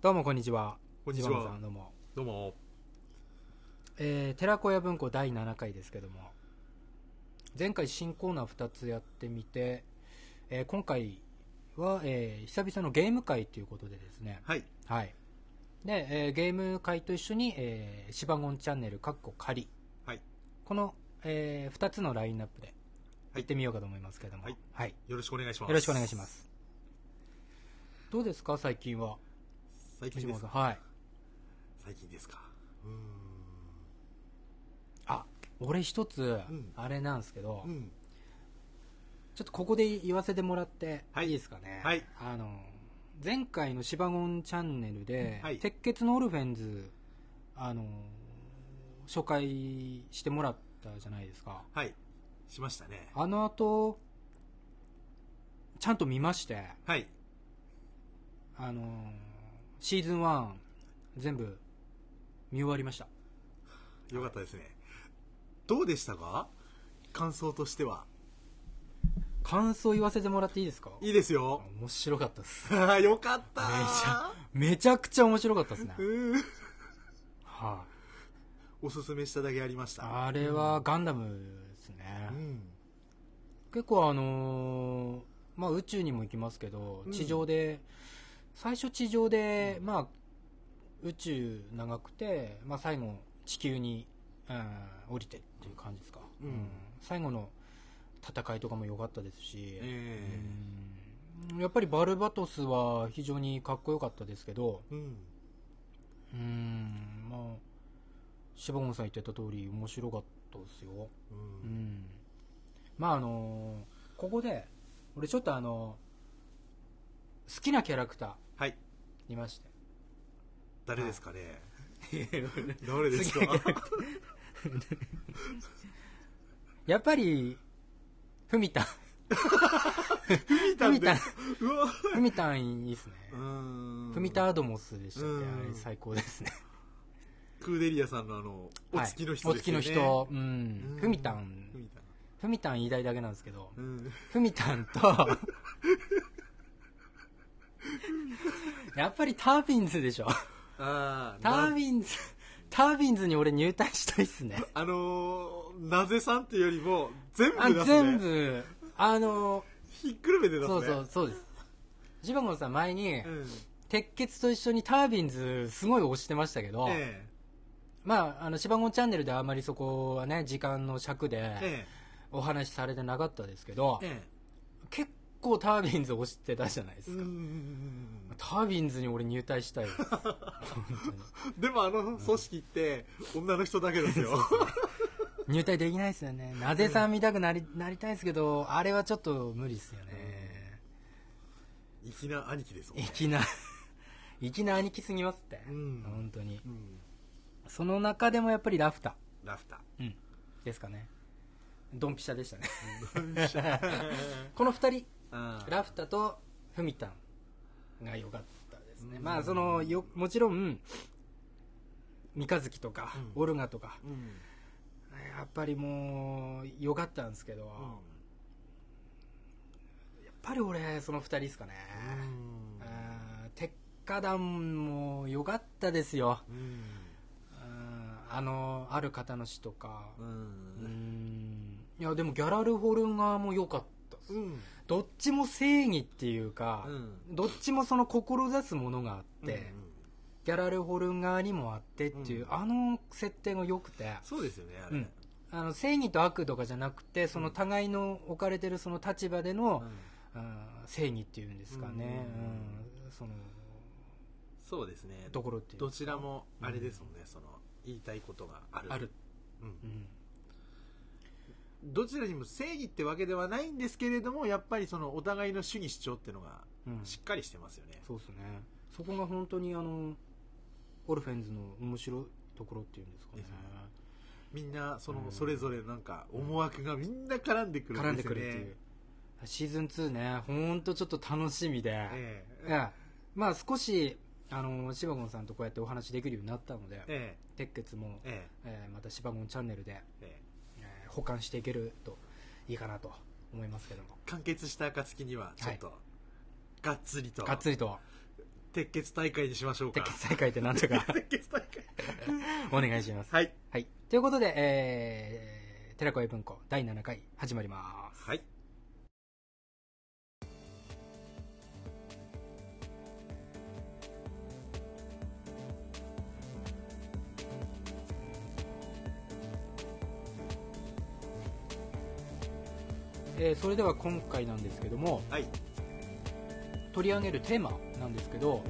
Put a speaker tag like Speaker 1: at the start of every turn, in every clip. Speaker 1: どうもこんにちは。
Speaker 2: こんにち
Speaker 1: ジバンさ
Speaker 2: は
Speaker 1: ん。どうも。
Speaker 2: どうも。
Speaker 1: えー、寺子屋文庫第7回ですけども、前回新コーナー2つやってみて、えー今回は、えー久々のゲーム会ということでですね、
Speaker 2: はい。
Speaker 1: はい。で、えーゲーム会と一緒に、えー、シバゴンチャンネル、カッコ仮。
Speaker 2: はい。
Speaker 1: この、え2つのラインナップで、
Speaker 2: は
Speaker 1: 行
Speaker 2: い
Speaker 1: ってみようかと思いますけども、
Speaker 2: はい
Speaker 1: はい、
Speaker 2: よろしくお願いします。
Speaker 1: よろしくお願いしま。す。どうですか、最近は。
Speaker 2: 最近
Speaker 1: 藤
Speaker 2: で
Speaker 1: 本
Speaker 2: す
Speaker 1: さん。
Speaker 2: か
Speaker 1: はい。
Speaker 2: 最近ですか。
Speaker 1: あ俺一つ、
Speaker 2: うん
Speaker 1: あれなんですけど、
Speaker 2: うん。
Speaker 1: ちょっとここで言わせてもらって、、
Speaker 2: はいい
Speaker 1: いですかね、
Speaker 2: はい
Speaker 1: あの前回の「シバゴンチャンネルで」
Speaker 2: はい
Speaker 1: 鉄血のオルフェンズ」あの紹介してもらったじゃないですか
Speaker 2: はい。しましたね。
Speaker 1: あの後ちゃんと見まして
Speaker 2: はい。
Speaker 1: あのシーズン1全部見終わりました
Speaker 2: よかったですね。どうでしたか感想としては。
Speaker 1: 感想言わせてもらっていいですか
Speaker 2: いいですよ。
Speaker 1: 面白かったです
Speaker 2: よかった
Speaker 1: めちゃめちゃくちゃ面白かったですね、はい、
Speaker 2: うんおすすめしただけありました。
Speaker 1: あれはガンダムですね、
Speaker 2: うん。
Speaker 1: 結構あのーまあ宇宙にも行きますけど
Speaker 2: うん
Speaker 1: 地上で、最初地上で、まあ宇宙長くて、まあ、最後地球に、うん、降りてっていう感じですか、
Speaker 2: うん
Speaker 1: 最後の戦いとかも良かったですし、
Speaker 2: え
Speaker 1: うんやっぱりバルバトスは非常にかっこよかったですけど
Speaker 2: えうん。
Speaker 1: うんまあシバゴンさん言ってた通り面白かったですよ
Speaker 2: う。
Speaker 1: うんんまああのここで俺ちょっとあの好きなキャラクター
Speaker 2: はい。
Speaker 1: いまして
Speaker 2: 誰ですかね。
Speaker 1: や
Speaker 2: 誰ですか
Speaker 1: 次っぱりふみたん
Speaker 2: 見たん
Speaker 1: 見た
Speaker 2: で。うわ。
Speaker 1: ふみたんいいっすね
Speaker 2: うん
Speaker 1: ふみたアドモスでしたっけ
Speaker 2: うん
Speaker 1: あれ最高ですね
Speaker 2: クーデリアさんのあの、お月の人
Speaker 1: はいお
Speaker 2: で
Speaker 1: 月
Speaker 2: すよね。
Speaker 1: の人う
Speaker 2: うんん。
Speaker 1: ふみた
Speaker 2: ふ
Speaker 1: ん
Speaker 2: みたん。
Speaker 1: ふみたん言いたいだけなんですけど
Speaker 2: うん。
Speaker 1: ふみたんとやっぱりタービンズでしょ
Speaker 2: ああ、
Speaker 1: ター
Speaker 2: な
Speaker 1: ビンズ、タービンズに俺入隊したいっすね。
Speaker 2: あのー、なぜさんっていうよりも、全部
Speaker 1: あ
Speaker 2: 出すね。
Speaker 1: 全部、あの、
Speaker 2: ひっくるめて出すね。
Speaker 1: そうそう、そうです。ジバゴンさん前に、
Speaker 2: うん。
Speaker 1: 鉄血と一緒にタービンズすごい推してましたけど、
Speaker 2: え
Speaker 1: まあ、あの、シバゴンチャンネルではあまりそこはね、時間の尺
Speaker 2: え。
Speaker 1: で
Speaker 2: え
Speaker 1: お話しされてなかったですけど
Speaker 2: え。、え
Speaker 1: 結構タービンズ推してたじゃないで
Speaker 2: え。
Speaker 1: す
Speaker 2: う
Speaker 1: か。
Speaker 2: ん。
Speaker 1: タービンズに俺入隊 したいです本当に
Speaker 2: でもあの組織って、女の人だけですよ。
Speaker 1: 入隊できないですよね。なぜさん見たくなり、なりたいですけど、あれはちょっと無理ですよね。
Speaker 2: 粋な兄貴ですもんね。
Speaker 1: 粋な粋な兄貴すぎますって、
Speaker 2: うん
Speaker 1: 本当に
Speaker 2: うん。
Speaker 1: その中でもやっぱりラフタ、
Speaker 2: ラフタ。
Speaker 1: うん、ですかねドンピシャでしたね この2人
Speaker 2: あー
Speaker 1: ラフタとフミタンが良かったですね、まあそのよもちろん三日月とか、
Speaker 2: うん
Speaker 1: オルガとか
Speaker 2: うん。
Speaker 1: やっぱりもう良かったんですけど、やっぱり俺その2人ですかね、
Speaker 2: うん
Speaker 1: あー鉄火団も良かったですよ
Speaker 2: うん。
Speaker 1: うんあのある方の死とか
Speaker 2: う
Speaker 1: うん
Speaker 2: ん。
Speaker 1: いやでもギャラル・ホルガーも良かったっす
Speaker 2: うん。
Speaker 1: どっちも正義っていうか、
Speaker 2: うん
Speaker 1: どっちもその志すものがあって、
Speaker 2: うん
Speaker 1: ギャラル・ホルガーにもあってっていう、
Speaker 2: う
Speaker 1: あの設定が良くて
Speaker 2: そうですよね、あれ。
Speaker 1: う
Speaker 2: うん
Speaker 1: あの正義と悪とかじゃなくてその互いの置かれてるその立場での、
Speaker 2: ん
Speaker 1: あー正義っていうんですかね、うんその
Speaker 2: そうですね。
Speaker 1: ところっていう
Speaker 2: どちらもあれですもんね、その言いたいことがある
Speaker 1: ある、
Speaker 2: うん
Speaker 1: うん
Speaker 2: どちらにも正義ってわけではないんですけれどもやっぱりそのお互いの主義主張っていうのが
Speaker 1: うん
Speaker 2: しっかりしてますよね、
Speaker 1: そうですねそこが本当にあのオルフェンズの面白いところっていうんですかね
Speaker 2: ですねみんなそ
Speaker 1: うん
Speaker 2: のそれぞれなんか思惑がみんな絡んでくる
Speaker 1: 絡ん
Speaker 2: で
Speaker 1: ですく
Speaker 2: よ
Speaker 1: る
Speaker 2: ね
Speaker 1: っていうシーズン2ね本当ちょっと楽しみで、
Speaker 2: え
Speaker 1: いやまあ少しあのシバゴンさんとこうやってお話できるようになったので、
Speaker 2: え
Speaker 1: 鉄血も
Speaker 2: え、え
Speaker 1: えーまたシバゴンチャンネルで、
Speaker 2: ええ
Speaker 1: えー保管していけるといいかなと思いますけども
Speaker 2: 完結した暁にはちょっと、がっつりと
Speaker 1: がっつりと
Speaker 2: 鉄血大会にしましょうか
Speaker 1: 鉄血大会ってなんと か
Speaker 2: 鉄血大会
Speaker 1: お願いします。
Speaker 2: はい
Speaker 1: はい。ということで、えー、寺子屋文庫第7回始まります。
Speaker 2: はい
Speaker 1: えーそれでは今回なんですけども、
Speaker 2: はい、
Speaker 1: 取り上げるテーマなんですけど、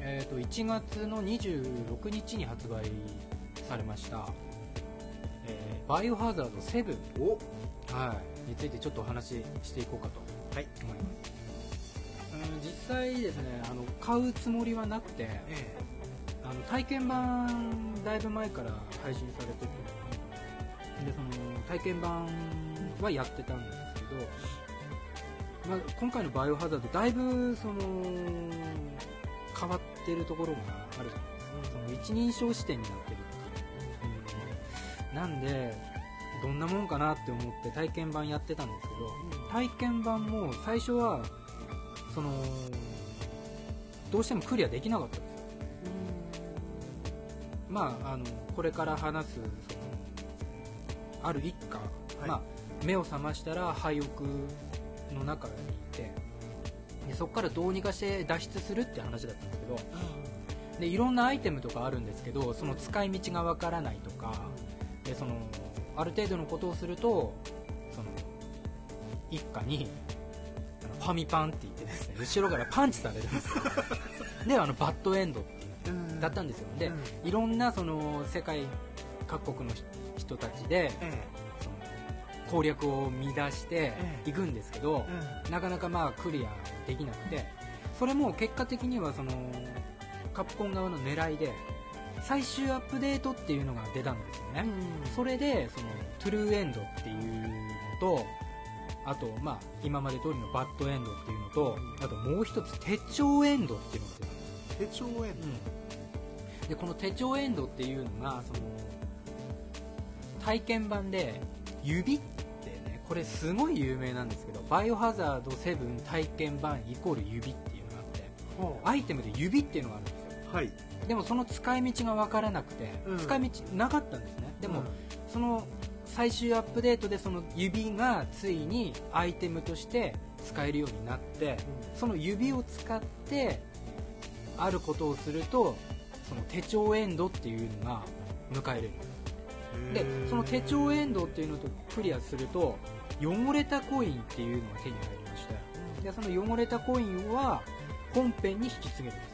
Speaker 1: えー、と1月の26日に発売されました「えーバイオハザード7
Speaker 2: うん、お」
Speaker 1: はい、についてちょっとお話ししていこうかと
Speaker 2: はい
Speaker 1: 思います、うん、実際ですねあの買うつもりはなくて
Speaker 2: え
Speaker 1: あの体験版だいぶ前から配信されててでその体験版はやってたんですけど、まあ、今回の「バイオハザード」だいぶその変わってるところがあるじゃないですかその一人称視点になってるっていう、うん、なんでどんなもんかなって思って体験版やってたんですけど、体験版も最初はそのどうしてもクリアできなかったんですよまああのこれから話すそのある一家、
Speaker 2: はい
Speaker 1: まあ、目を覚ましたら廃屋の中にいてでそこからどうにかして脱出するって話だったんですけどでいろんなアイテムとかあるんですけどその使い道がわからないとかでそのある程度のことをするとその一家にあのファミパンって言ってですね後ろからパンチされるんです よであのバッドエンドっていう
Speaker 2: うん
Speaker 1: だったんですよで、
Speaker 2: うん
Speaker 1: いろんなその世界各国の人人たちで
Speaker 2: え
Speaker 1: その攻略を見出して
Speaker 2: ええ
Speaker 1: いくんですけど
Speaker 2: え、うん
Speaker 1: なかなかまあクリアできなくてそれも結果的にはそのカプコン側の狙いで最終アップデートっていうのが出たんですよね、それでそのトゥルーエンドっていうのとあとまあ今まで通りのバッドエンドっていうのとあともう一つ手帳エンドっていうのが出たんです
Speaker 2: 手帳へ
Speaker 1: うん、でこの手帳エンドっていうのがその体験版で指ってねこれすごい有名なんですけど「バイオハザード7体験版イコール指」っていうのがあって
Speaker 2: ほう
Speaker 1: アイテムで指っていうのがあるんですよ
Speaker 2: はい
Speaker 1: でもその使い道が分からなくて、
Speaker 2: うん
Speaker 1: 使い道なかったんですねでも、
Speaker 2: うん
Speaker 1: その最終アップデートでその指がついにアイテムとして使えるようになって、その指を使ってあることをするとその手帳エンドっていうのが迎えれ
Speaker 2: うん
Speaker 1: るでその手帳エンドっていううのとクリアすると汚れたコインっていうのが手に入りましたでその汚れたコインは本編に引き継げるんです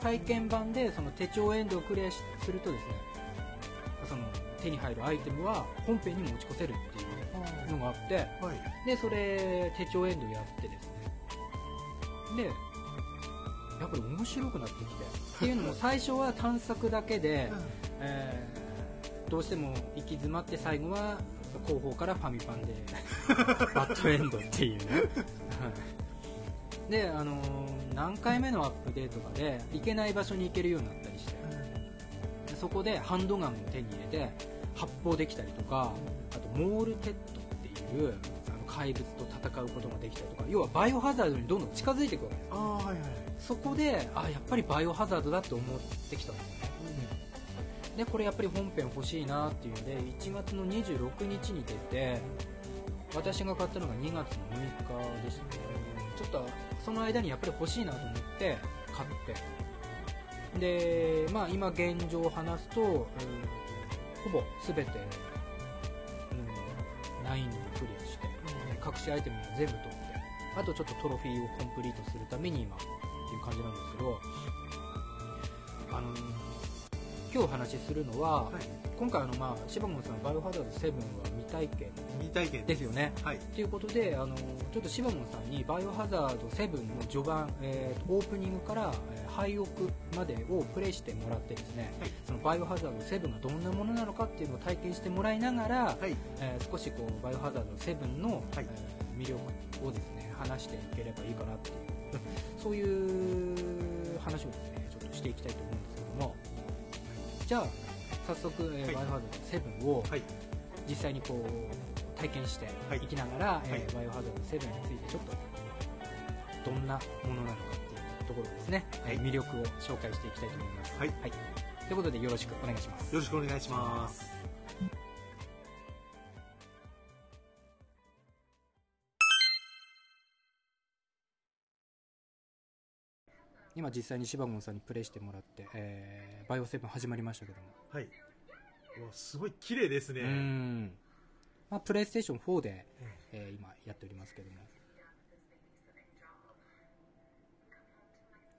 Speaker 1: 体験版でその手帳エンドをクリアしするとですねその手に入るアイテムは本編に持ち越せるってい
Speaker 2: は
Speaker 1: うのがあって
Speaker 2: いはい
Speaker 1: でそれ手帳エンドやってですねでやっぱり面白くなってきてっていうのも最初は探索だけで、えーどうしても行き詰まって最後は後方からファミパンでバッドエンドっていうねはいで、あのー何回目のアップデートかで行けない場所に行けるようになったりしてでそこでハンドガンを手に入れて発砲できたりとかあとモールテッドっていうあの怪物と戦うことができたりとか要はバイオハザードにどんどん近づいていくわけです
Speaker 2: ああはいはい
Speaker 1: そこであやっぱりバイオハザードだって思ってきたんですよねでこれやっぱり本編欲しいなっていうので1月の26日に出て私が買ったのが2月の6日でしたねちょっとその間にやっぱり欲しいなと思って買ってでまあ今現状を話すと、うん、ほぼ全て、うん、難易度をクリアして隠しアイテムも全部取ってあとちょっとトロフィーをコンプリートするために今っていう感じなんですけどあの今日お話しするのは、
Speaker 2: はい
Speaker 1: 今回あの、まあ、シバゴンさん「バイオハザード7」は未体験
Speaker 2: 未体験
Speaker 1: ですよね
Speaker 2: はい
Speaker 1: ということであのちょっとシバゴンさんに「バイオハザード7」の序盤、えーオープニングから、えー、廃屋までをプレイしてもらってですね、
Speaker 2: はい
Speaker 1: そのバイオハザード7がどんなものなのかっていうのを体験してもらいながら、
Speaker 2: はい
Speaker 1: えー少しこうバイオハザード7の、
Speaker 2: はい
Speaker 1: えー魅力をですね話していければいいかなっていうそういう話をですねちょっとしていきたいと思うんですけどもじゃあ早速、えー
Speaker 2: は
Speaker 1: バ
Speaker 2: い
Speaker 1: イオハザード7を
Speaker 2: はい
Speaker 1: 実際にこう体験して
Speaker 2: はい
Speaker 1: いきながら、えー
Speaker 2: はい
Speaker 1: バイオハザード7についてちょっとどんなものなのかっていうとところですね、
Speaker 2: はい
Speaker 1: えー魅力を紹介していきたいと思います。
Speaker 2: はい
Speaker 1: ということでよろしくお願いします。
Speaker 2: よろしくお願いします。
Speaker 1: 今実際にシバゴンさんにプレイしてもらって、えーバイオセブン始まりましたけども。
Speaker 2: はい。うわすごい綺麗です
Speaker 1: うー
Speaker 2: ね。
Speaker 1: ん。まあ、プレイステーション4で、
Speaker 2: うん
Speaker 1: えー今やっておりますけども。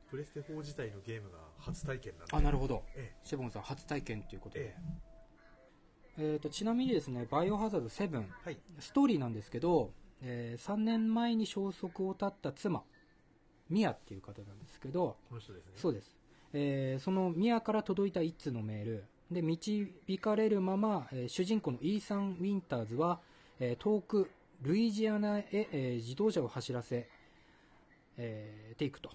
Speaker 2: プレステ4自体のゲームが初体験なんで。
Speaker 1: あ、なるほど。
Speaker 2: え
Speaker 1: シバゴンさん初体験ということ
Speaker 2: え、
Speaker 1: で。
Speaker 2: え
Speaker 1: えー、とちなみにですね「バイオハザード7
Speaker 2: え、はい。」
Speaker 1: ストーリーなんですけど、え3年前に消息を絶った妻ミアっていう方なんですけど
Speaker 2: この人ですね。
Speaker 1: そうです、えーそのミアから届いた一通のメールで導かれるまま、えー主人公のイーサン・ウィンターズは、えー遠くルイジアナへ、えー自動車を走らせ、えーていくと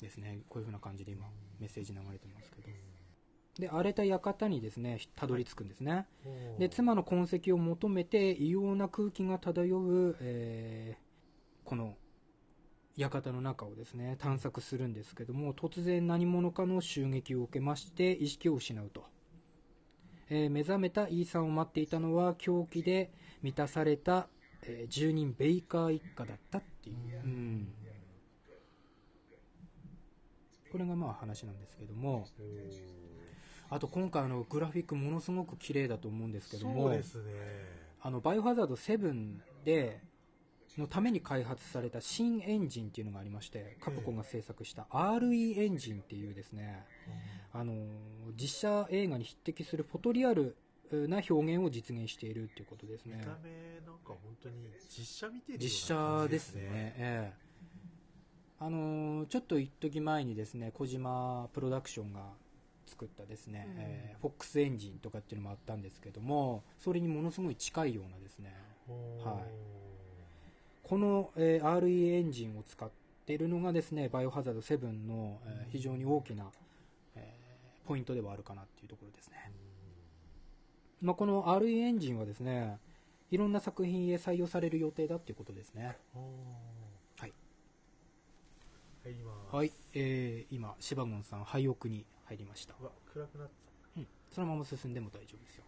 Speaker 1: ですねこういう風な感じで今メッセージ流れてますけどで荒れた館にですねたどり着くんですね、
Speaker 2: おー
Speaker 1: で妻の痕跡を求めて異様な空気が漂う、えーこの館の中をですね探索するんですけども突然何者かの襲撃を受けまして意識を失うと、えー目覚めたイーさんを待っていたのは狂気で満たされた、えー住人ベイカー一家だったっていう、うんこれがまあ話なんですけども
Speaker 2: おー
Speaker 1: あと今回あのグラフィックものすごく綺麗だと思うんですけども
Speaker 2: そうですね。
Speaker 1: あの、バイオハザード7で、のために開発された新エンジンっていうのがありまして、カプコンが制作した RE エンジンっていうですね、あの、実写映画に匹敵するフォトリアルな表現を実現しているっていうことです
Speaker 2: 見
Speaker 1: ね。
Speaker 2: た目なんか本当に実写見てるような
Speaker 1: 実
Speaker 2: 感
Speaker 1: 写
Speaker 2: じ
Speaker 1: ですね。。ええあのーちょっと一時前にですね、小島プロダクションが作ったですね、
Speaker 2: うん
Speaker 1: えーフォックスエンジンとかっていうのもあったんですけども、それにものすごい近いようなですね、はこの、えー RE エンジンを使っているのがですね、バイオハザード7の、えー非常に大きな、えーポイントではあるかなっていうところですね。まあ、この RE エンジンはですね、いろんな作品へ採用される予定だっていうことですね。
Speaker 2: い。
Speaker 1: はい。
Speaker 2: 入ります。
Speaker 1: はい、えー、今、シバゴンさん、廃屋に入りました。
Speaker 2: うわ、暗くなった。
Speaker 1: うん、そのまま進んでも大丈夫ですよ。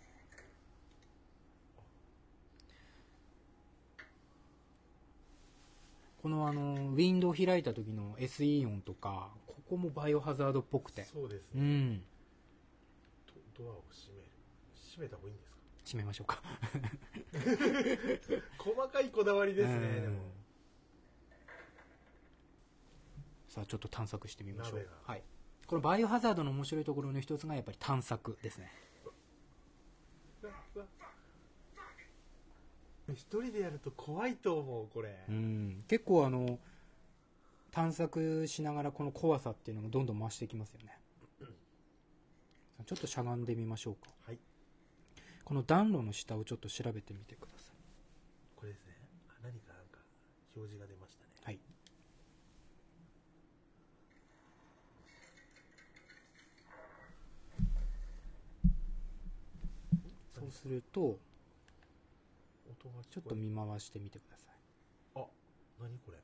Speaker 1: このあの、ウィンドウ開いた時の SE 音とか、ここもバイオハザードっぽくて。
Speaker 2: そうです
Speaker 1: う
Speaker 2: ね。
Speaker 1: ん。
Speaker 2: ドドアを閉める。閉めた方がいいんですか
Speaker 1: 閉めましょうか。
Speaker 2: 細かいこだわりですね、
Speaker 1: うん
Speaker 2: でも。
Speaker 1: さあ、ちょっと探索してみましょ
Speaker 2: 鍋
Speaker 1: う
Speaker 2: が。
Speaker 1: はい。このバイオハザードの面白いところの一つがやっぱり探索ですね。
Speaker 2: うわうわ一人でやると怖いと思う、これ。
Speaker 1: うん。結構あの、探索しながらこの怖さっていうのがどんどん増してきますよね。ちょっとしゃがんでみましょうか。
Speaker 2: はい。
Speaker 1: この暖炉の下をちょっと調べてみてください。
Speaker 2: これですね。あ何かなんか、表示が出ましたね。
Speaker 1: はい。そうすると、
Speaker 2: 音が
Speaker 1: ちょっと見回してみてください。
Speaker 2: あ、何これ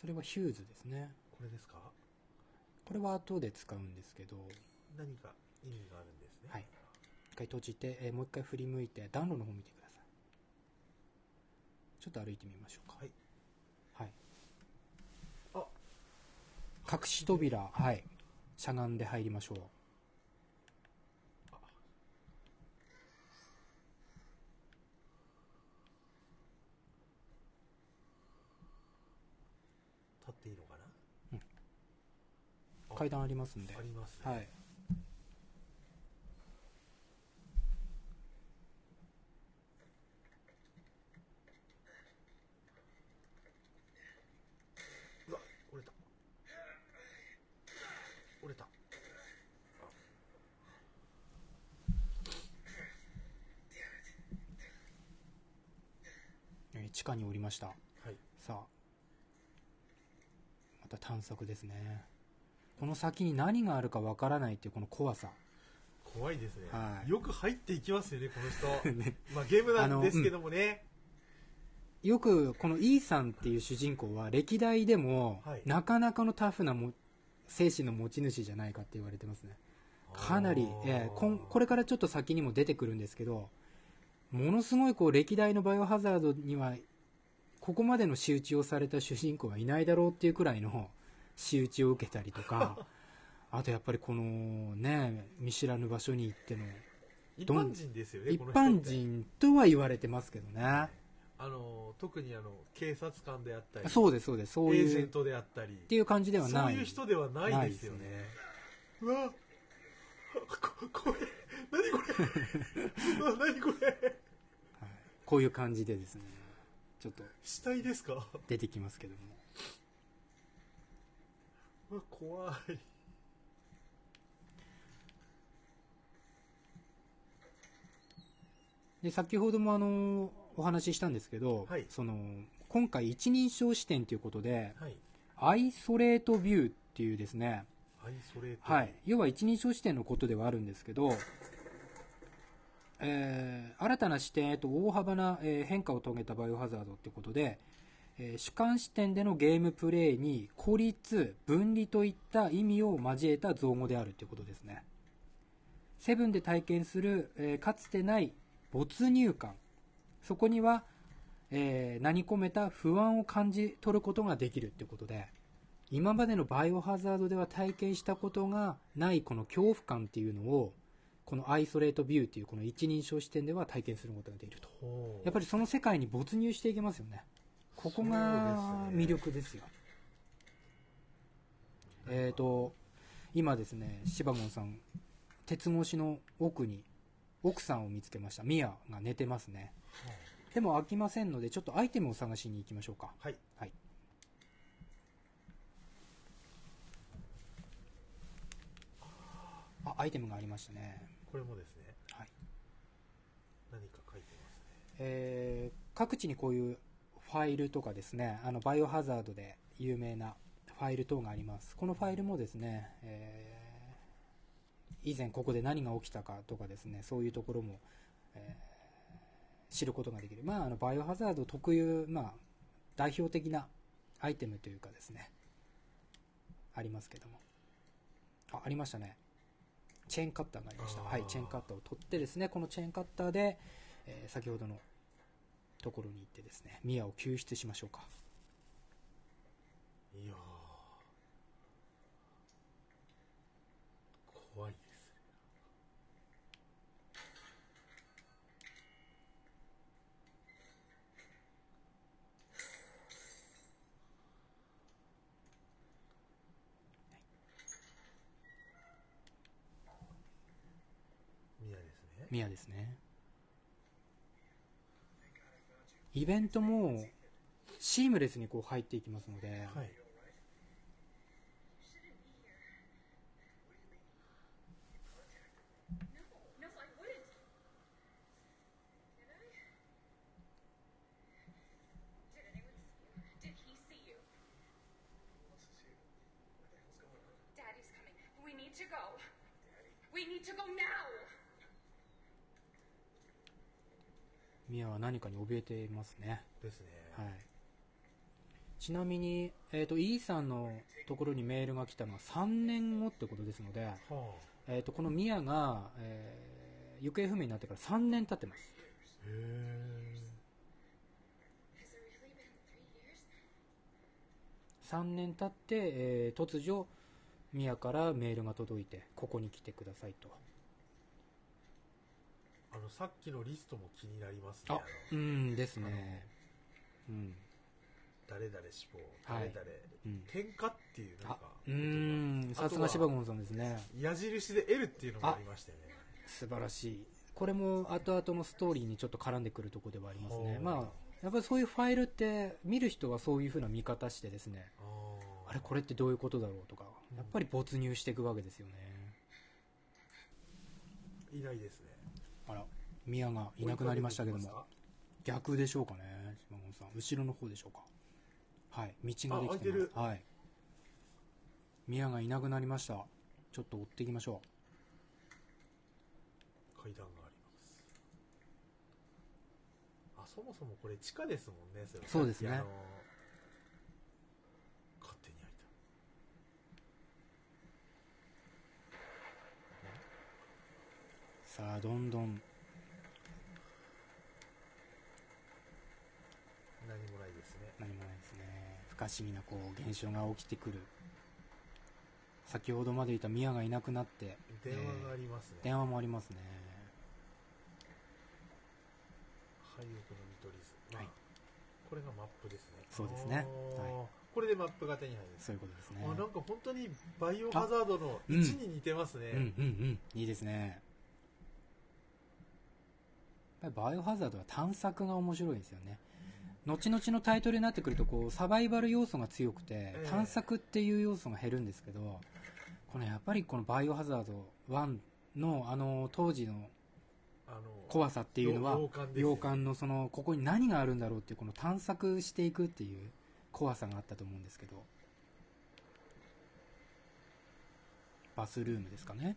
Speaker 1: それはヒューズですね。
Speaker 2: これですか
Speaker 1: これは後で使うんですけど、
Speaker 2: 何か意味があるんですね。
Speaker 1: はい。一回閉じて、えーもう一回振り向いて、暖炉の方見てください。ちょっと歩いてみましょうか。
Speaker 2: はい。
Speaker 1: はい。
Speaker 2: あ、
Speaker 1: 隠し扉、はい。しゃがんで入りましょう。
Speaker 2: 立っていいのかなあ
Speaker 1: 階段ありますんで
Speaker 2: あ。ります、ね。
Speaker 1: はい。
Speaker 2: うわ、折れた。折れた。
Speaker 1: えー地下に降りました。
Speaker 2: はい。
Speaker 1: さあ。また探索ですね。この先に何があるかわからないっていうこの怖さ。
Speaker 2: 怖いですね、
Speaker 1: はい
Speaker 2: よく入っていきますよね、この人。
Speaker 1: ね
Speaker 2: まあゲームなんですけどもね。
Speaker 1: よくこのイーさんっていう主人公は歴代でも
Speaker 2: はい
Speaker 1: なかなかのタフなも精神の持ち主じゃないかって言われてますねかなり、えーこんこれからちょっと先にも出てくるんですけどものすごいこう歴代の「バイオハザード」にはここまでの仕打ちをされた主人公はいないだろうっていうくらいの仕打ちを受けたりとか あとやっぱりこのね見知らぬ場所に行っての
Speaker 2: 一般人ですよね
Speaker 1: 一
Speaker 2: この人って
Speaker 1: 般人とは言われてますけどね
Speaker 2: あの特にあの警察官であったり
Speaker 1: そうですそうですそう
Speaker 2: エージ
Speaker 1: い
Speaker 2: ェ
Speaker 1: う
Speaker 2: ントであったり
Speaker 1: っていう感じでは
Speaker 2: そ
Speaker 1: な
Speaker 2: う
Speaker 1: い
Speaker 2: いう人ではないですよね
Speaker 1: ないで
Speaker 2: うわここれ何こ れうわ何これ
Speaker 1: こういう感じでですねちょっと
Speaker 2: 死体ですかう
Speaker 1: 出てきますけども
Speaker 2: わ怖い
Speaker 1: で先ほどもあのお話ししたんですけど、
Speaker 2: はい
Speaker 1: その今回一人称視点ということで
Speaker 2: はい
Speaker 1: アイソレートビューっていうですね、
Speaker 2: アイソレート
Speaker 1: はい、要は一人称視点のことではあるんですけど、えー新たな視点へと大幅な、えー変化を遂げたバイオハザードってことで、えー主観視点でのゲームプレイに孤立分離といった意味を交えた造語であるってことですねセブンで体験する、えーかつてない没入感そこには、えー何込めた不安を感じ取ることができるってことで今までのバイオハザードでは体験したことがないこの恐怖感っていうのをこのアイソレートビューっていうこの一人称視点では体験することができると
Speaker 2: ほう
Speaker 1: やっぱりその世界に没入していけますよねここが魅力ですよえっ、と今ですねシバゴンさん鉄格子の奥に奥さんを見つけましたミアが寝てますねでも飽きませんのでちょっとアイテムを探しに行きましょうか
Speaker 2: はい
Speaker 1: はいあアイテムがありましたね
Speaker 2: これもですね
Speaker 1: はい
Speaker 2: 何か書いてますね
Speaker 1: えー各地にこういうファイルとかですねあのバイオハザードで有名なファイル等がありますこのファイルもですね、えー以前ここで何が起きたかとかですねそういうところも、えー知ることができる、まあ、あのバイオハザード特有、まあ、代表的なアイテムというかですねありますけどもあありましたねチェーンカッターがありました、
Speaker 2: あー
Speaker 1: はい、チェーンカッターを取ってですねこのチェーンカッターで、えー先ほどのところに行ってですねミアを救出しましょうか
Speaker 2: いやー怖いですミヤですね
Speaker 1: ミアですねイベントもシームレスにこう入っていきますので、
Speaker 2: はい
Speaker 1: ミアは何かに怯えていますね、
Speaker 2: ですね、
Speaker 1: はい、ちなみに、えー、と E さんのところにメールが来たのは3年後ってことですので、
Speaker 2: はあ
Speaker 1: えー、とこのミアが、えー行方不明になってから3年経ってます
Speaker 2: へえ
Speaker 1: 3年経って、えー突如ミアからメールが届いてここに来てくださいと
Speaker 2: あのさっきのリストも気になりますね
Speaker 1: あ
Speaker 2: あ
Speaker 1: う
Speaker 2: の
Speaker 1: んですねうん
Speaker 2: 誰々志望
Speaker 1: はい
Speaker 2: 誰々、
Speaker 1: うん
Speaker 2: 喧嘩っていうなん
Speaker 1: あ
Speaker 2: か
Speaker 1: うーんさすがシバゴンさんですね
Speaker 2: 矢印で L っていうのもありましたよね
Speaker 1: 素晴らしいこれも後々のストーリーにちょっと絡んでくるところではありますね
Speaker 2: ほう
Speaker 1: まあやっぱりそういうファイルって見る人はそういうふうな見方してですね
Speaker 2: あー
Speaker 1: あれこれってどういうことだろうとかやっぱり没入していくわけですよね
Speaker 2: いないですね
Speaker 1: あらミアがいなくなりましたけど
Speaker 2: 追い
Speaker 1: も
Speaker 2: かけて
Speaker 1: 逆でしょうかね島本さん後ろの方でしょうかはい道ができて
Speaker 2: あ開いてる
Speaker 1: ますはい宮がいなくなりましたちょっと追っていきましょ
Speaker 2: きます階段がありますあそそもそもこれ地下ですもんね、それ
Speaker 1: そうですね
Speaker 2: さっきあの勝手に開いた。
Speaker 1: さあどんどん
Speaker 2: 何もないですね。
Speaker 1: 何もないですね不可思議なこう現象が起きてくる先ほどまでいたミヤがいなくなって
Speaker 2: 電話があ
Speaker 1: え
Speaker 2: りますね
Speaker 1: ー。電話もありますね
Speaker 2: 廃屋の見取り図。まあ
Speaker 1: はい
Speaker 2: これがマップですね。
Speaker 1: そうですね
Speaker 2: あー
Speaker 1: は
Speaker 2: これでマップが手に入るんです。
Speaker 1: そういうことですね
Speaker 2: あなんか本当にバイオハザードの
Speaker 1: うん
Speaker 2: 1に似てますね。
Speaker 1: うんうんうんいいですねやっぱりバイオハザードは探索が面白いですよね後々のタイトルになってくるとこうサバイバル要素が強くて
Speaker 2: ええ
Speaker 1: 探索っていう要素が減るんですけどこのやっぱりこのバイオハザード1のあの当時の
Speaker 2: あの
Speaker 1: 怖さっていうのは
Speaker 2: 洋館ですよ
Speaker 1: 洋
Speaker 2: ね
Speaker 1: 館のそのここに何があるんだろうっていうこの探索していくっていう怖さがあったと思うんですけどバスルームですかね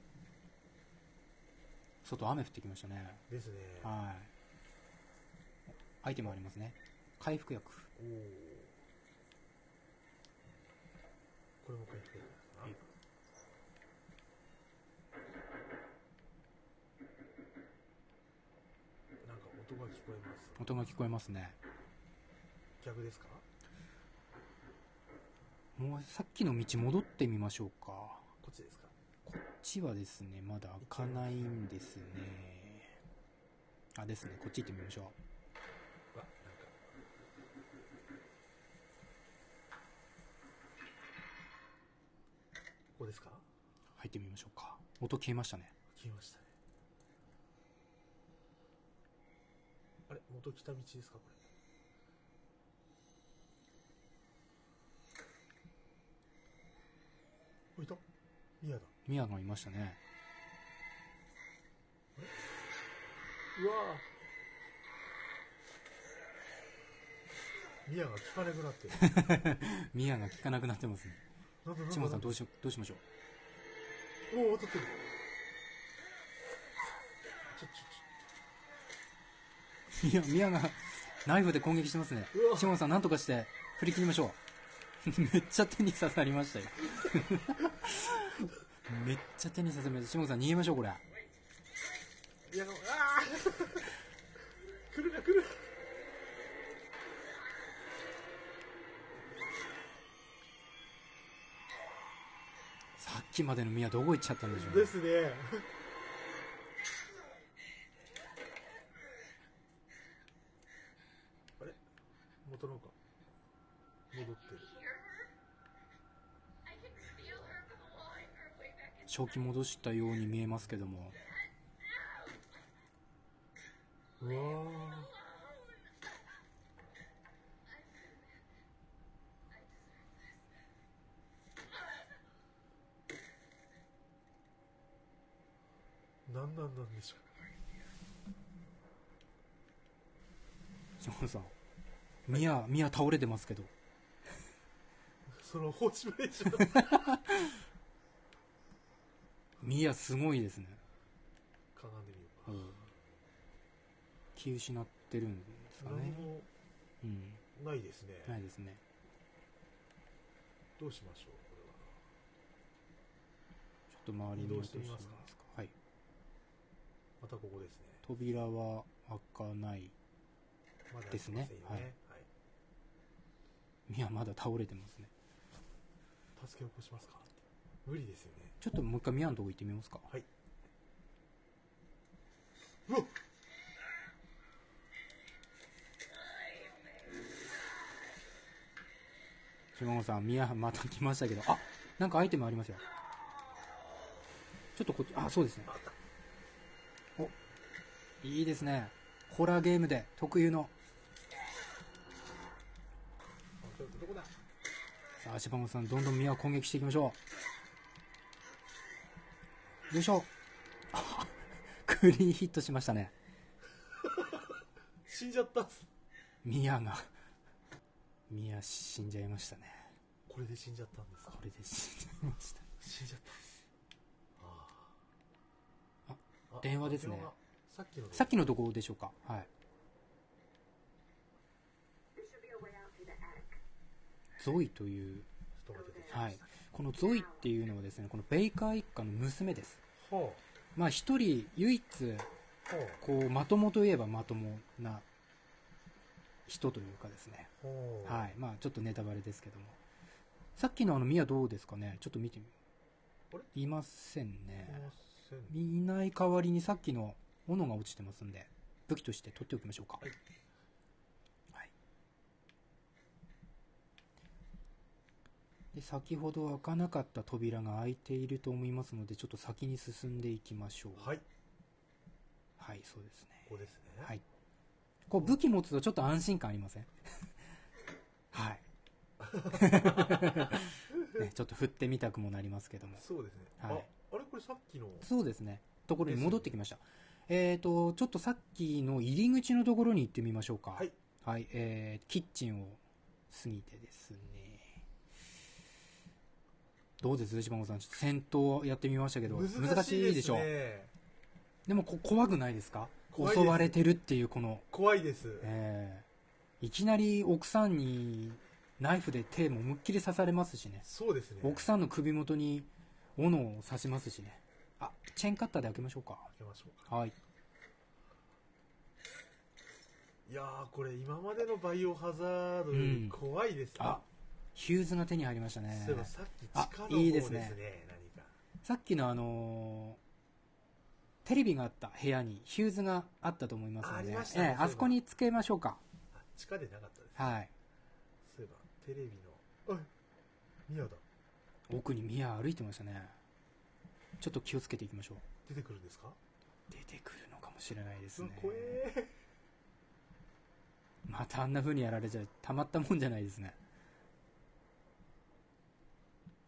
Speaker 1: 外雨降ってきましたね
Speaker 2: ですね。
Speaker 1: はいアイテムありますね回復薬
Speaker 2: おーこれも書いてくれるの
Speaker 1: う
Speaker 2: かなんなんか音が聞こえます
Speaker 1: 音が聞こえますね
Speaker 2: 逆ですか
Speaker 1: もうさっきの道戻ってみましょうか
Speaker 2: こっちですか
Speaker 1: こっちはですねまだ開かないんですねあですねこっち行ってみましょう
Speaker 2: わなんかここですか
Speaker 1: 入ってみましょうか音消えましたね
Speaker 2: 消えましたねあれ元来た道ですかこれおいたミヤだ
Speaker 1: ミヤがいましたね
Speaker 2: うわぁミヤが聞かなくなってる
Speaker 1: ミヤが聞かなくなってますね
Speaker 2: な んだなんだ
Speaker 1: チモさんど
Speaker 2: う
Speaker 1: うしどうしましょう
Speaker 2: おお当たってるちょちょ
Speaker 1: ミヤミヤがナイフで攻撃してますね
Speaker 2: うわ
Speaker 1: チモさんなんとかして振り切りましょうめっちゃ手に刺さりましたよめっちゃ手に刺さりましたチモさん逃げましょうこれ
Speaker 2: ちょいやあー 来るな来る
Speaker 1: さっきまでのミヤどこ行っちゃったんでしょうね
Speaker 2: ですね。あれ元のか戻ってる。
Speaker 1: 正気戻したように見えますけども
Speaker 2: うわー何なんなんでしょ
Speaker 1: チモさんミヤミヤ倒れてますけど
Speaker 2: うその放置ブレー ション
Speaker 1: ミヤすごいですね
Speaker 2: かがんでみようか、
Speaker 1: うん気失ってるんですか
Speaker 2: 何
Speaker 1: ね
Speaker 2: も
Speaker 1: うん
Speaker 2: ないですね、
Speaker 1: ないですね
Speaker 2: どうしましょうこれは
Speaker 1: ちょっと周り見渡してみますか
Speaker 2: 移動してみます
Speaker 1: はい
Speaker 2: またここですね
Speaker 1: 扉は開かない
Speaker 2: まだ
Speaker 1: ですね
Speaker 2: 開きませんよねはい
Speaker 1: いやまだ倒れてますね
Speaker 2: 助け起こしますか無理ですよね
Speaker 1: ちょっともう一回ミヤのとこ行ってみますか
Speaker 2: はいうわっ
Speaker 1: シモさんミヤまた来ましたけどあなんかアイテムありますよちょっとこっちあそうですねおいいですねホラーゲームで特有の
Speaker 2: あちょっとどこだ
Speaker 1: さあ、シバモさん、どんどんミヤを攻撃していきましょう。よいしょ。 あクリーンヒットしましたね。
Speaker 2: 死んじゃったっす
Speaker 1: ミヤが。ミヤ死んじゃいましたね。
Speaker 2: これで死んじゃったんですか
Speaker 1: これで死んじゃいました。
Speaker 2: 死んじゃったっすあー
Speaker 1: 電話ですね
Speaker 2: 電話さっきの
Speaker 1: さっきのところでしょうか。はい。ゾイという、
Speaker 2: 人が出てきま
Speaker 1: はい
Speaker 2: した。、
Speaker 1: このゾイっていうのはですねこのベイカー一家の娘です
Speaker 2: ほ
Speaker 1: まあ一人唯一
Speaker 2: う、ほう、
Speaker 1: こうまともといえばまともな人というかですね、
Speaker 2: ほう。
Speaker 1: はいまあ、ちょっとネタバレですけどもさっきのあのミヤどうですかねちょっと見てみ
Speaker 2: あれ
Speaker 1: いません
Speaker 2: い
Speaker 1: ね
Speaker 2: ません
Speaker 1: いない代わりにさっきの斧が落ちてますんで武器として取っておきましょうか
Speaker 2: はい
Speaker 1: はいで先ほど開かなかった扉が開いていると思いますのでちょっと先に進んでいきましょう
Speaker 2: はい、
Speaker 1: はい、そうですね
Speaker 2: ここですね。
Speaker 1: はいこう武器持つとちょっと安心感ありません はい ね、ちょっと振ってみたくもなりますけども
Speaker 2: そうですね。
Speaker 1: はい
Speaker 2: あ、あれこれさっきの。
Speaker 1: そうですね。ところに戻ってきました。えっ、と、ちょっとさっきの入り口のところに行ってみましょうか。
Speaker 2: はい。
Speaker 1: はい。えー、キッチンを過ぎてですね。どうです島本さん。ちょっと戦闘やってみましたけど、難しいでしょ
Speaker 2: う
Speaker 1: う。でもこ、怖くないですか
Speaker 2: 怖いです
Speaker 1: 襲われてるっていうこの、
Speaker 2: 怖いです。
Speaker 1: えー、いきなり奥さんにナイフで手も思いっきり刺されますしね。
Speaker 2: そうですね。
Speaker 1: 奥さんの首元に斧を刺しますしね。あ、チェーンカッターで開けましょうか。
Speaker 2: 開けましょうか。
Speaker 1: はい。
Speaker 2: いやー、これ今までのバイオハザードより怖いですね。
Speaker 1: あ、ヒューズが手に入りましたね
Speaker 2: そうい。えばさっき地下の
Speaker 1: あ
Speaker 2: 方
Speaker 1: いいで
Speaker 2: ですす
Speaker 1: ね
Speaker 2: ね、何か。
Speaker 1: さっきのあのーテレビがあった部屋にヒューズがあったと思いますの
Speaker 2: ああ
Speaker 1: で、
Speaker 2: りましたね
Speaker 1: ええ、
Speaker 2: そういえば
Speaker 1: あそこにつけましょうか。
Speaker 2: あ、地下でなかったです。
Speaker 1: はい。
Speaker 2: そういえば、テレビの、あ、ミアだ。
Speaker 1: 奥にミア歩いてましたね。ちょっと気をつけていきましょう。
Speaker 2: 出てくるんですか
Speaker 1: 出てくるのかもしれないです
Speaker 2: うわ
Speaker 1: ね。
Speaker 2: 怖えー。
Speaker 1: またあんな風にやられちゃたまったもんじゃないですね。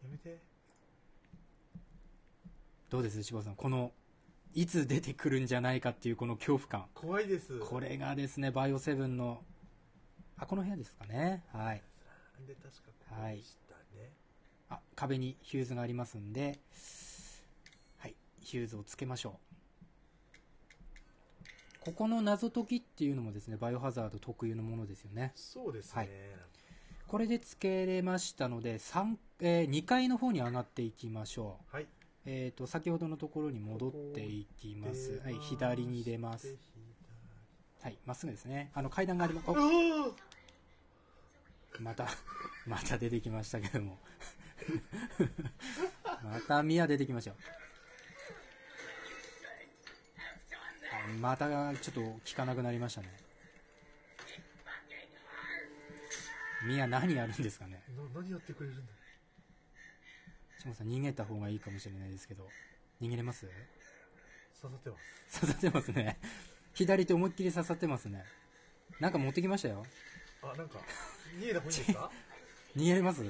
Speaker 2: やめて。
Speaker 1: どうです、柴田さん。この、いつ出てくるんじゃないかっていうこの恐怖感。
Speaker 2: 怖いです。
Speaker 1: これがですね、バイオセブンの、あ、この部屋ですかね。はい。
Speaker 2: で、確かここでしたね。
Speaker 1: あ、壁にヒューズがありますんで、はい、ヒューズをつけましょう。ここの謎解きっていうのもですね、バイオハザード特有のものですよね。
Speaker 2: そうです
Speaker 1: はい
Speaker 2: ね。
Speaker 1: これでつけれましたので、三え2階の方に上がっていきましょう。
Speaker 2: はい。
Speaker 1: えっ、と、先ほどのところに戻っていきます。はい、左に出ます
Speaker 2: で。。
Speaker 1: はい、まっすぐですね。あの階段があります。
Speaker 2: 左
Speaker 1: お
Speaker 2: うわ
Speaker 1: また、また出てきましたけども。 またミヤ出てきましたよ。あまたちょっと聞かなくなりましたね。ミヤ何やるんですかね。
Speaker 2: ーな何やってくれるんだ
Speaker 1: しもさん逃げた方がいいかもしれないですけど。逃げれます
Speaker 2: 刺さってます。
Speaker 1: 刺さってますね。左手思いっきり刺さってますね。なんか持ってきましたよ。
Speaker 2: あ、なんか、逃げた方がいいんですか
Speaker 1: 逃げれます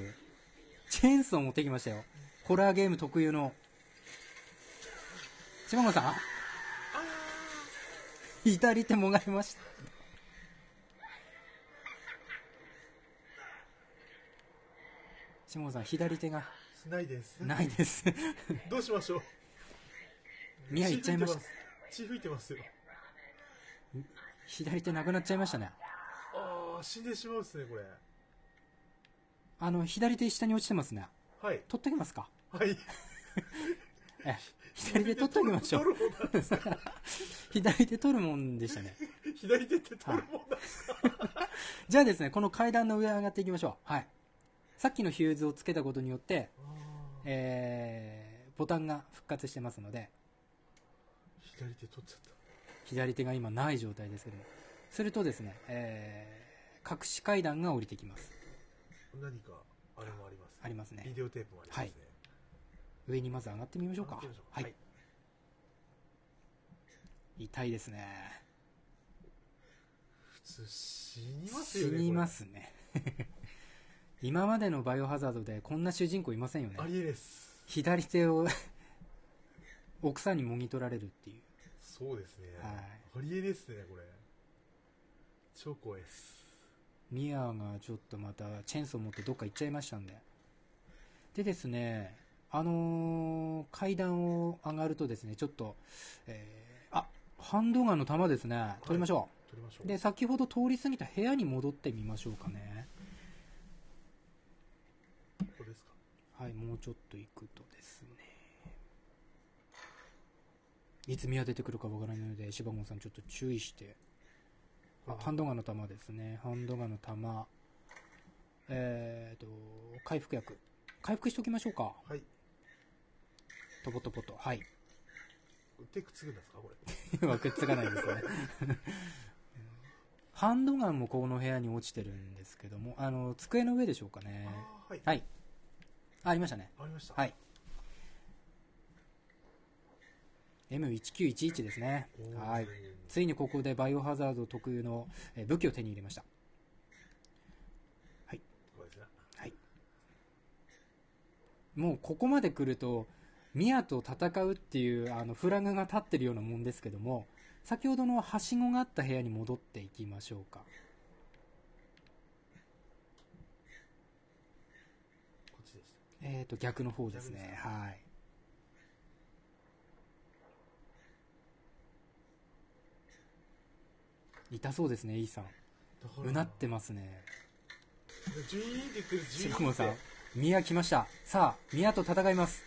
Speaker 1: チェーンソー持ってきましたよ。ホラーゲーム特有の。島野さん 左手もがいました。島野さん、左手が
Speaker 2: ないです。
Speaker 1: ない です。
Speaker 2: どうしましょう
Speaker 1: 宮行っちゃいました。
Speaker 2: 血吹いてます血吹いてますよ。
Speaker 1: 左手なくなっちゃいましたね。
Speaker 2: ああ、死んでしまうですね、これ。
Speaker 1: あの、左手下に落ちてますね。
Speaker 2: はい。
Speaker 1: 取っときますか。
Speaker 2: はい。
Speaker 1: ええ、左手取っときましょう。
Speaker 2: 取るもんなんですか
Speaker 1: 左手取るもんでしたね。
Speaker 2: 左手って取るもんなんですか
Speaker 1: じゃあですね、この階段の上上がっていきましょう。はい。さっきのヒューズをつけたことによって、
Speaker 2: あー
Speaker 1: えー、ボタンが復活してますので、
Speaker 2: 左手取っちゃった。
Speaker 1: 左手が今ない状態ですけども。するとですね、えー、隠し階段が降りてきます。
Speaker 2: 何か、あれもあります、
Speaker 1: ありますね
Speaker 2: ビデオテープもありますね。
Speaker 1: 上にまず上がってみましょうか
Speaker 2: 上がってみましょ。う
Speaker 1: はい
Speaker 2: はい。
Speaker 1: 痛いですね。
Speaker 2: 普通死にます
Speaker 1: 死
Speaker 2: よね。
Speaker 1: にますね。今までのバイオハザードでこんな主人公いませんよ
Speaker 2: これあ
Speaker 1: ね。
Speaker 2: りえです。
Speaker 1: 左手を奥さんにもぎ取られるっていう。
Speaker 2: そうですね。
Speaker 1: はい
Speaker 2: ありえですね、これ。超怖いです。
Speaker 1: ミアがちょっとまたチェーンソー持ってどっか行っちゃいましたんで。でですね、あのー階段を上がるとですね、ちょっと、えーあ、ハンドガンの弾ですね。取りましょ
Speaker 2: 取りましょ
Speaker 1: う。
Speaker 2: う。
Speaker 1: で、先ほど通り過ぎた部屋に戻ってみましょうかね。はい、もうちょっと行くとですね。いつ宮出てくるかわからないので、柴門さんちょっと注意して。あ
Speaker 2: はい
Speaker 1: ハンドガンの弾ですね。ハンドガンの弾。えーと、回復薬。回復しておきましょうか。
Speaker 2: はい。
Speaker 1: とぼとぼと。はい。
Speaker 2: 手くっつくんですか、これ。
Speaker 1: はくっつかないですね。 うんハンドガンもこの部屋に落ちてるんですけども、あの、机の上でしょうかね。
Speaker 2: あーはい。
Speaker 1: はい。あ、ありましたね。
Speaker 2: ありました。
Speaker 1: はい。M1911 ですね
Speaker 2: お。ー
Speaker 1: はい。ついにここでバイオハザード特有のえー武器を手に入れました。
Speaker 2: これですね
Speaker 1: もうここまで来ると、ミアと戦うっていうあのフラグが立ってるようなもんですけども、先ほどのはしごがあった部屋に戻っていきましょうか。
Speaker 2: こっちでした。
Speaker 1: えっ、と、逆の方ですね。
Speaker 2: 逆です
Speaker 1: はい。痛そうですね、イーさん。
Speaker 2: だから
Speaker 1: うなってますね。
Speaker 2: ジュイーンって言ってる、ジュイーン
Speaker 1: 白駒さん、宮来ました。さあ、宮と戦います。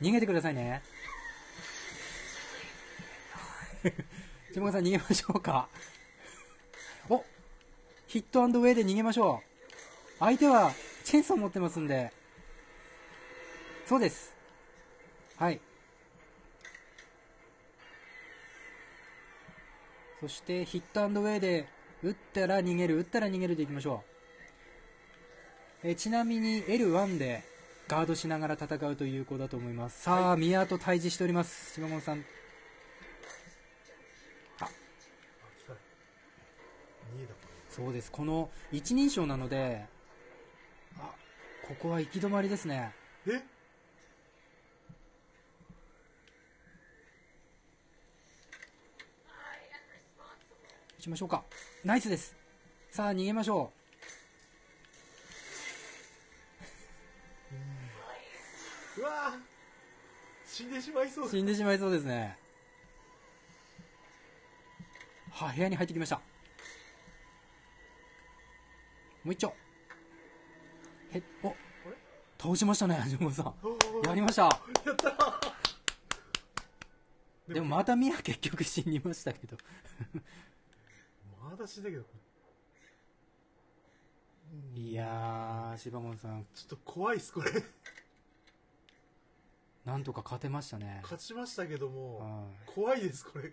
Speaker 1: 逃げてくださいね。 白駒さん、逃げましょうか。おヒットアンドウェイで逃げましょう。相手はチェーンソー持ってますんで。そうです。はい。そしてヒットアンドウェイで打ったら逃げる、打ったら逃げるでいきましょう。えーちなみに L1 でガードしながら戦うという子だと思います。さあ、宮と対峙しております。島本さん。
Speaker 2: あ来た逃げた
Speaker 1: そうです。この一人称なので、あ、ここは行き止まりですね。
Speaker 2: え
Speaker 1: 打ちましょうか。ナイスです。さあ、逃げましょ。
Speaker 2: うわー死んでしまいそううだ
Speaker 1: 死んでしまいそうですね。はあ、部屋に入ってきました。もう一丁。へっ、お、倒しましたね、島本さん。
Speaker 2: おー
Speaker 1: やりました。
Speaker 2: やったー
Speaker 1: でもまたミア結局死にましたけど。
Speaker 2: まだ死んだけどうん
Speaker 1: いやー、柴門さん、
Speaker 2: ちょっと怖いっすこれ
Speaker 1: なんとか勝てましたね。
Speaker 2: 勝ちましたけども
Speaker 1: は
Speaker 2: 怖いですこれあれ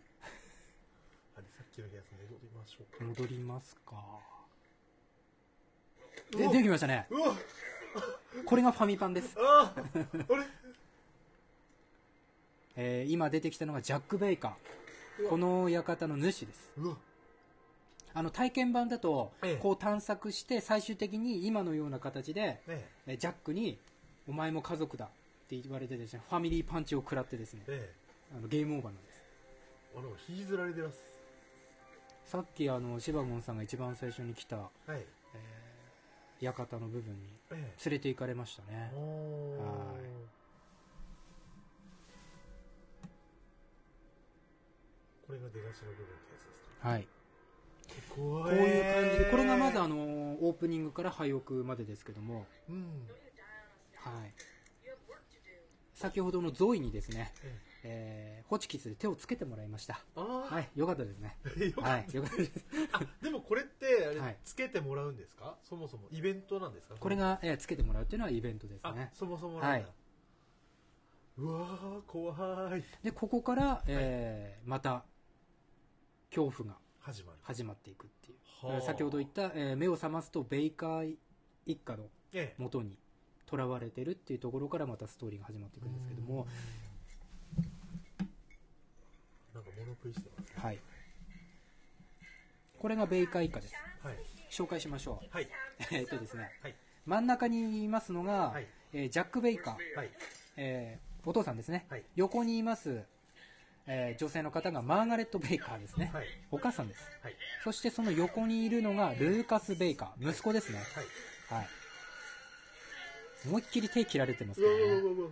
Speaker 2: さっきのやつ戻りましょう
Speaker 1: い。
Speaker 2: か
Speaker 1: 戻りますか。
Speaker 2: う
Speaker 1: で、
Speaker 2: お
Speaker 1: できましたね。
Speaker 2: うわ
Speaker 1: これがファミパンです。
Speaker 2: あーあれ
Speaker 1: えー、今出てきたのがジャック・ベイカー。
Speaker 2: うわ
Speaker 1: この館の主です。
Speaker 2: うわ
Speaker 1: あの、体験版だと
Speaker 2: ええ、
Speaker 1: こう探索して、最終的に今のような形で、
Speaker 2: ね
Speaker 1: えージャックに、お前も家族だって言われてですね、ファミリーパンチを食らってですね
Speaker 2: え、ねえ
Speaker 1: あのゲームオーバーなんです。
Speaker 2: あの引きずられてます
Speaker 1: さっきあの、シバゴンさんが一番最初に来た、
Speaker 2: はい
Speaker 1: 館の部分に
Speaker 2: え
Speaker 1: 連れて行かれましたね
Speaker 2: えおー
Speaker 1: はい
Speaker 2: これが出だしの部分ってやつですか
Speaker 1: はい
Speaker 2: こ
Speaker 1: こういう感じでこれがまずあのオープニングから廃屋までですけども
Speaker 2: うん
Speaker 1: はい先ほどのゾイにですね、
Speaker 2: え
Speaker 1: えーホチキスで手をつけてもらいました
Speaker 2: ああ、
Speaker 1: はいよかったですね
Speaker 2: よかった
Speaker 1: はいよかったです
Speaker 2: でもこれってあれ、
Speaker 1: はい
Speaker 2: つけてもらうんですかそもそもイベントなんですか
Speaker 1: これが、えーつけてもらうっていうのはイベントです
Speaker 2: あ
Speaker 1: ね
Speaker 2: そもそもなんだ、
Speaker 1: はいう
Speaker 2: わー怖い
Speaker 1: でここから、えーまた恐怖が
Speaker 2: 始まる
Speaker 1: 始まっていくっていう、
Speaker 2: はあ
Speaker 1: 先ほど言った、えー目を覚ますとベイカー一家の
Speaker 2: ええ
Speaker 1: 元にとらわれてるっていうところからまたストーリーが始まっていくんですけども、
Speaker 2: なんか物食いしてます
Speaker 1: はい、これがベイカー以下です
Speaker 2: はい
Speaker 1: 紹介しましょう
Speaker 2: はい
Speaker 1: えっとですね
Speaker 2: はい
Speaker 1: 真ん中にいますのが、
Speaker 2: はい
Speaker 1: えージャック・ベイカー、
Speaker 2: はい
Speaker 1: えーお父さんですね、
Speaker 2: はい
Speaker 1: 横にいます、えー女性の方がマーガレット・ベイカーですね、
Speaker 2: はい
Speaker 1: お母さんです
Speaker 2: はい
Speaker 1: そしてその横にいるのがルーカス・ベイカー息子ですね、
Speaker 2: はい
Speaker 1: はい、思いっきり手切られてます
Speaker 2: うわ
Speaker 1: から
Speaker 2: うわ
Speaker 1: ね
Speaker 2: うわうわ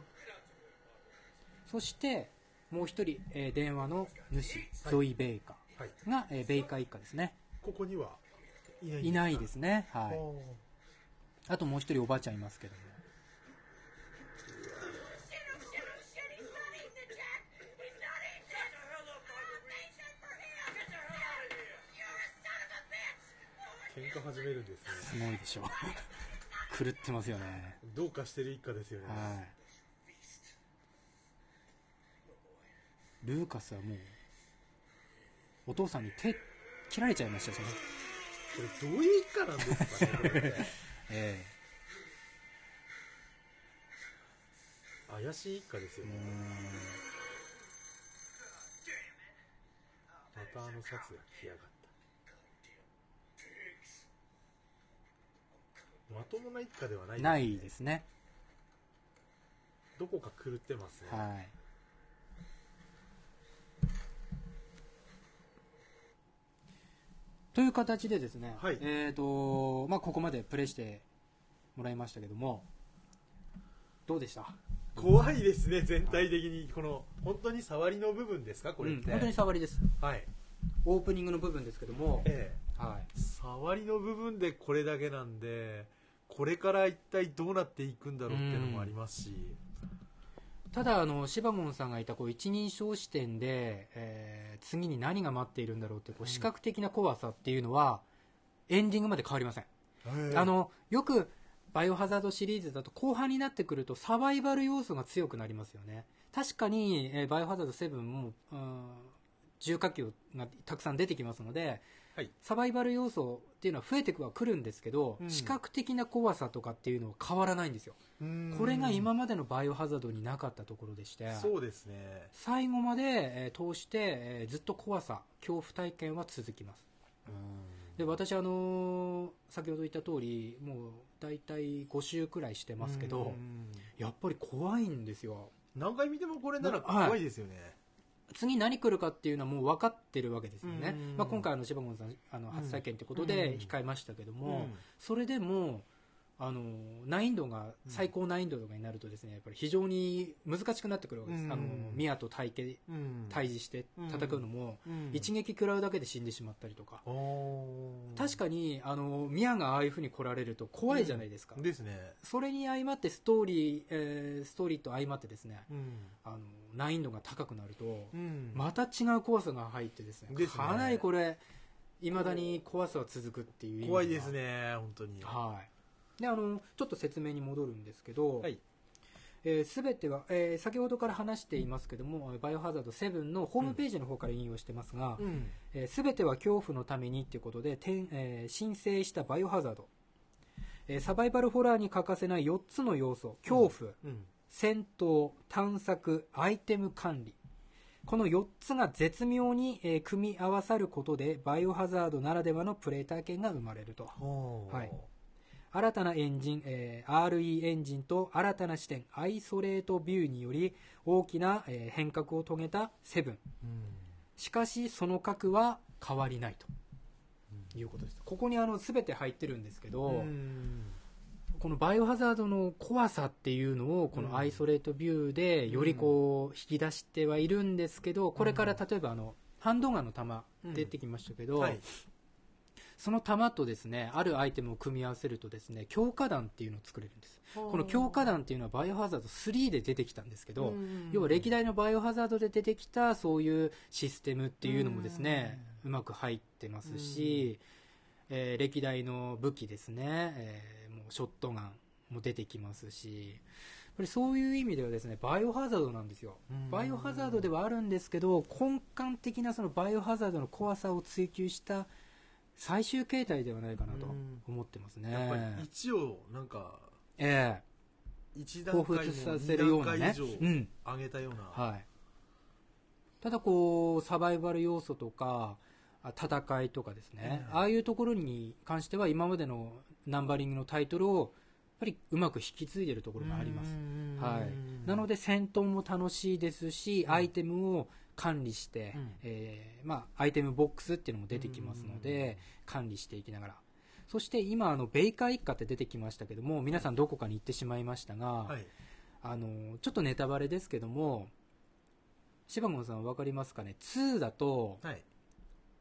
Speaker 1: そしてもう一人、えー電話の主、
Speaker 2: はい
Speaker 1: ゾイ・ベイカ
Speaker 2: はい
Speaker 1: ーが、えーベイカー一家ですね
Speaker 2: ここにはいない
Speaker 1: いないですね、
Speaker 2: は
Speaker 1: はい、あともう一人おばあちゃんいますけども
Speaker 2: 始めるんですね
Speaker 1: すごいでしょ 狂ってますよね
Speaker 2: どうかしてる一家ですよね、
Speaker 1: はいルーカスはもうお父さんに手切られちゃいましたしね
Speaker 2: これどういう一家なんですかねこれ ね
Speaker 1: え
Speaker 2: 怪しい一家ですよ
Speaker 1: え
Speaker 2: ね
Speaker 1: うーん
Speaker 2: またあのシャツが着やがったまともな一家ではない
Speaker 1: ないですね
Speaker 2: どこか狂ってますね、
Speaker 1: はいという形でですね、
Speaker 2: はい
Speaker 1: えーとまあ、ここまでプレイしてもらいましたけどもどうでした
Speaker 2: 怖いですね全体的にこの本当に触りの部分ですかこれっ
Speaker 1: う
Speaker 2: て、
Speaker 1: ん本当に触りです
Speaker 2: はい
Speaker 1: オープニングの部分ですけども、
Speaker 2: ええ
Speaker 1: はい、
Speaker 2: 触りの部分でこれだけなんでこれから一体どうなっていくんだろうっていうのもありますし、
Speaker 1: ただあのシバモンさんがいたこう一人称視点で、えー次に何が待っているんだろうってこう視覚的な怖さっていうのは、エンディングまで変わりません、
Speaker 2: ええ
Speaker 1: あのよくバイオハザードシリーズだと後半になってくるとサバイバル要素が強くなりますよね確かに、えーバイオハザード7も、うん、重火器がたくさん出てきますので、
Speaker 2: はい
Speaker 1: サバイバル要素っていうのは増えてくはくるんですけど、
Speaker 2: うん
Speaker 1: 視覚的な怖さとかっていうのは変わらないんですよ
Speaker 2: うん
Speaker 1: これが今までのバイオハザードになかったところでして
Speaker 2: そうですね
Speaker 1: 最後まで、えー通して、えーずっと怖さ恐怖体験は続きますで私あのー先ほど言った通りもう大体5周くらいしてますけ
Speaker 2: う
Speaker 1: ど
Speaker 2: ん
Speaker 1: やっぱり怖いんですよ
Speaker 2: 何回見てもこれなら怖いですよね、
Speaker 1: 次何来るかっていうのはもう分かってるわけですよね
Speaker 2: うん、
Speaker 1: まあ、今回あの柴門さんあの初体験ってこと
Speaker 2: うん
Speaker 1: で控えましたけども、
Speaker 2: うん
Speaker 1: それでもあの難易度が最高難易度とかになるとですねやっぱり非常に難しくなってくるわけです、
Speaker 2: うん
Speaker 1: あのミアと対形
Speaker 2: うん
Speaker 1: 対峙して戦うのも、
Speaker 2: うん
Speaker 1: 一撃食らうだけで死んでしまったりとか、
Speaker 2: おー
Speaker 1: 確かにあのミアがああいうふうに来られると怖いじゃないですか、
Speaker 2: ですね、
Speaker 1: それに相まってストーリー、えーストーリーと相まってですね
Speaker 2: うん
Speaker 1: あの難易度が高くなると
Speaker 2: うん
Speaker 1: また違う怖さが入ってですね
Speaker 2: ですね
Speaker 1: かなりこれいまだに怖さは続くっていう意味では
Speaker 2: 怖いですね本当に
Speaker 1: はいであのちょっと説明に戻るんですけど、
Speaker 2: はい
Speaker 1: えー全ては、えー先ほどから話していますけども「バイオハザード7」のホームページの方から引用してますが、
Speaker 2: うん
Speaker 1: えー全ては恐怖のためにということで、てんえー申請したバイオハザード、えーサバイバルホラーに欠かせない4つの要素恐怖、
Speaker 2: うん
Speaker 1: 戦闘探索アイテム管理この4つが絶妙に、えー組み合わさることでバイオハザードならではのプレイ体験が生まれると
Speaker 2: ほう
Speaker 1: はい新たなエンジン、えー RE エンジンと新たな視点アイソレートビューにより大きな、えー変革を遂げたセブン
Speaker 2: うん
Speaker 1: しかしその核は変わりないということですここにあの全て入ってるんですけど、
Speaker 2: うん
Speaker 1: このバイオハザードの怖さっていうのをこ
Speaker 2: うん
Speaker 1: のアイソレートビューでよりこう引き出してはいるんですけどこれから例えばあのハンドガンの弾
Speaker 2: うん
Speaker 1: 出てきましたけど
Speaker 2: はい
Speaker 1: その弾とですねあるアイテムを組み合わせるとですね強化弾っていうのを作れるんですこの強化弾っていうのはバイオハザード3で出てきたんですけど
Speaker 2: うん
Speaker 1: 要は歴代のバイオハザードで出てきたそういうシステムっていうのもですねうまく入ってますし、えー歴代の武器ですね、えーもうショットガンも出てきますしやっぱりそういう意味ではですねバイオハザードなんですよ
Speaker 2: うん
Speaker 1: バイオハザードではあるんですけど根幹的なそのバイオハザードの怖さを追求した最終形態ではないかなと思ってますね。
Speaker 2: やっぱり一をなんか
Speaker 1: え
Speaker 2: 一
Speaker 1: え
Speaker 2: 段
Speaker 1: 興
Speaker 2: 階も
Speaker 1: 奮させるような
Speaker 2: 二段
Speaker 1: ね
Speaker 2: 階以。上
Speaker 1: うん
Speaker 2: 上げたような、
Speaker 1: はい、ただこうサバイバル要素とかあ戦いとかですね、
Speaker 2: うん
Speaker 1: ああいうところに関しては今までのナンバリングのタイトルをやっぱりうまく引き継いでるところがあります、はい、なの
Speaker 2: で
Speaker 1: で戦闘も楽しいですし、アイテムを管理して、
Speaker 2: うん
Speaker 1: えーまあ、アイテムボックスっていうのも出てきますので、管理していきながらそして今あのベイカー一家って出てきましたけども皆さんどこかに行ってしまいましたが、
Speaker 2: はい
Speaker 1: あのちょっとネタバレですけども柴門さん分かりますかね2だと,、
Speaker 2: はい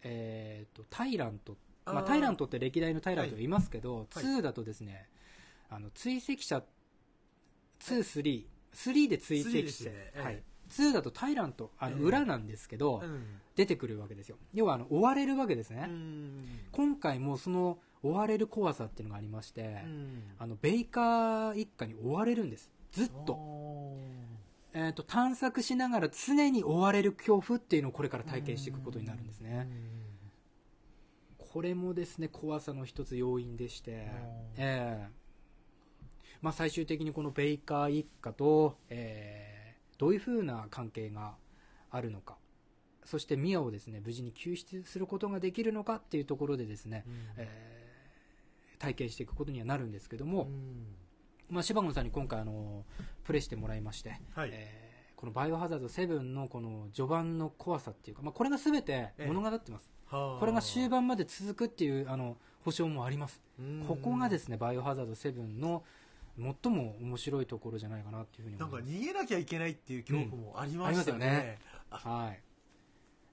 Speaker 1: えー、とタイラントまあ、
Speaker 2: あー
Speaker 1: タイラントって歴代のタイラントいますけど、
Speaker 2: はい
Speaker 1: 2だとですねあの追跡者233で追
Speaker 2: 3
Speaker 1: 跡
Speaker 2: です
Speaker 1: 者、
Speaker 2: ねええ
Speaker 1: はい、2だとタイラントあの
Speaker 2: ええ
Speaker 1: 裏なんですけど、
Speaker 2: うん
Speaker 1: 出てくるわけですよ要はあの追われるわけですね、今回もその追われる怖さっていうのがありまして、
Speaker 2: うん
Speaker 1: あのベイカー一家に追われるんですずっと,、
Speaker 2: お
Speaker 1: えー、と探索しながら常に追われる恐怖っていうのをこれから
Speaker 2: ー
Speaker 1: 体験していくことになるんですね、
Speaker 2: うん
Speaker 1: これもですね怖さの一つ要因でして、ええまあ、最終的にこのベイカー一家と、ええどういうふうな関係があるのかそしてミアをですね無事に救出することができるのかっていうところでですね、
Speaker 2: うん
Speaker 1: ええ体験していくことにはなるんですけども、
Speaker 2: うん
Speaker 1: まあ、シバゴンさんに今回あのプレイしてもらいまして、
Speaker 2: はい、
Speaker 1: えーこの「バイオハザード7」のこの序盤の怖さっていうか、まあ、これが全て物語ってます、
Speaker 2: は
Speaker 1: こ
Speaker 2: あ
Speaker 1: れが終盤まで続くっていうあの保証もあります、
Speaker 2: うん
Speaker 1: ここがですね「バイオハザード7」の最も面白いところじゃないかなっていうふうに
Speaker 2: なん
Speaker 1: 思
Speaker 2: か
Speaker 1: います
Speaker 2: 逃げなきゃいけないっていう恐怖もあり
Speaker 1: うんあ
Speaker 2: ましたね,、
Speaker 1: りますよねはい、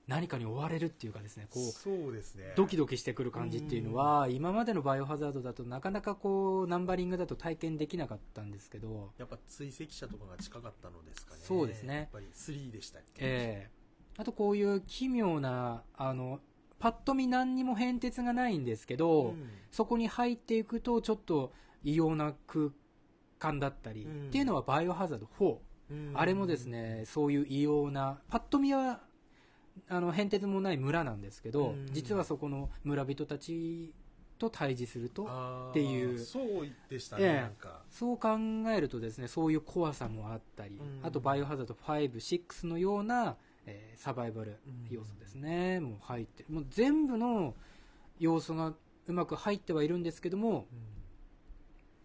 Speaker 1: 何かに追われるっていうかですねこう
Speaker 2: そうですね
Speaker 1: ドキドキしてくる感じっていうのは、今までの「バイオハザード」だとなかなかこうナンバリングだと体験できなかったんですけど、
Speaker 2: やっぱ追跡者とかが近かったのですかね
Speaker 1: そうですね
Speaker 2: やっぱり3でしたっけ、
Speaker 1: ええあとこういう奇妙なあのパッと見何にも変哲がないんですけど、
Speaker 2: うん
Speaker 1: そこに入っていくとちょっと異様な空間だったり、
Speaker 2: うん
Speaker 1: っていうのはバイオハザード4、
Speaker 2: うん
Speaker 1: あれもですねそういう異様なパッと見はあの変哲もない村なんですけど、
Speaker 2: うん
Speaker 1: 実はそこの村人たちと対峙すると
Speaker 2: あー
Speaker 1: っていう
Speaker 2: そうでしたね、
Speaker 1: ええ
Speaker 2: なんか
Speaker 1: そう考えるとですねそういう怖さもあったり、
Speaker 2: うん
Speaker 1: あと「バイオハザード5」「6」のような、えーサバイバル要素ですね、もう入ってもう全部の要素がうまく入ってはいるんですけども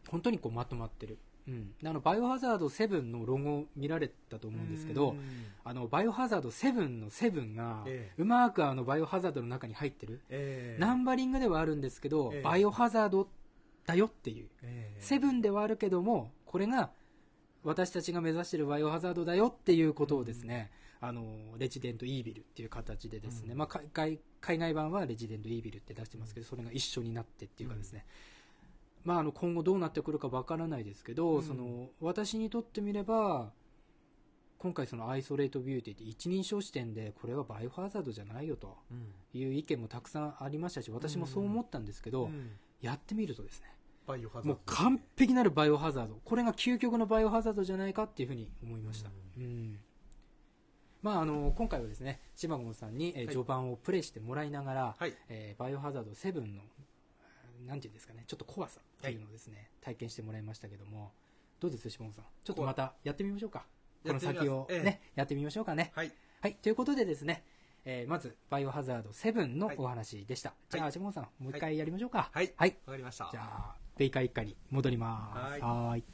Speaker 1: 本当にこうまとまってる、うん、あの「バイオハザード7」のロゴ見られたと思うんですけど、
Speaker 2: うん
Speaker 1: あの「バイオハザード7」の「7」が
Speaker 2: ええ
Speaker 1: うまくあの「バイオハザード」の中に入ってる、
Speaker 2: ええ
Speaker 1: ナンバリングではあるんですけど「
Speaker 2: ええ
Speaker 1: バイオハザード」だよっていう
Speaker 2: ええ
Speaker 1: セブンではあるけども、これが私たちが目指しているバイオハザードだよっていうことをですね、あの、レジデントイービルっていう形でですね、
Speaker 2: うん
Speaker 1: まあ海外、海外版はレジデントイービルって出してますけど、それが一緒になってっていうかですね、まあ、あの、今後どうなってくるかわからないですけど、
Speaker 2: うん
Speaker 1: その、私にとってみれば、今回そのアイソレートビューティーって一人称視点で、これはバイオハザードじゃないよと
Speaker 2: うん
Speaker 1: いう意見もたくさんありましたし、私もそう思ったんですけど、
Speaker 2: うん
Speaker 1: やってみるとですね、
Speaker 2: バイオハザード
Speaker 1: もう完璧なるバイオハザード。これが究極のバイオハザードじゃないかっていうふうに思いました。うん。まあ、あの、今回はですね、シマゴンさんに、えー
Speaker 2: はい
Speaker 1: 序盤をプレイしてもらいながら、
Speaker 2: はい
Speaker 1: えーバイオハザード7の、なんていうんですかね、ちょっと怖さっていうのをですね、体験してもらいましたけども、どうです、シマゴンさん。ちょっとまたやってみましょうか。こ
Speaker 2: や
Speaker 1: の
Speaker 2: ってみます
Speaker 1: 先をね、やってみましょうかね。
Speaker 2: はい
Speaker 1: はい、ということでですね、えーまず、バイオハザード7のお話でした。じゃあ、シマゴンさん、もう一回やりましょうか。
Speaker 2: はい
Speaker 1: はい
Speaker 2: わかりました
Speaker 1: じゃあ、ベイカー一家に戻ります。
Speaker 2: は
Speaker 1: はーい。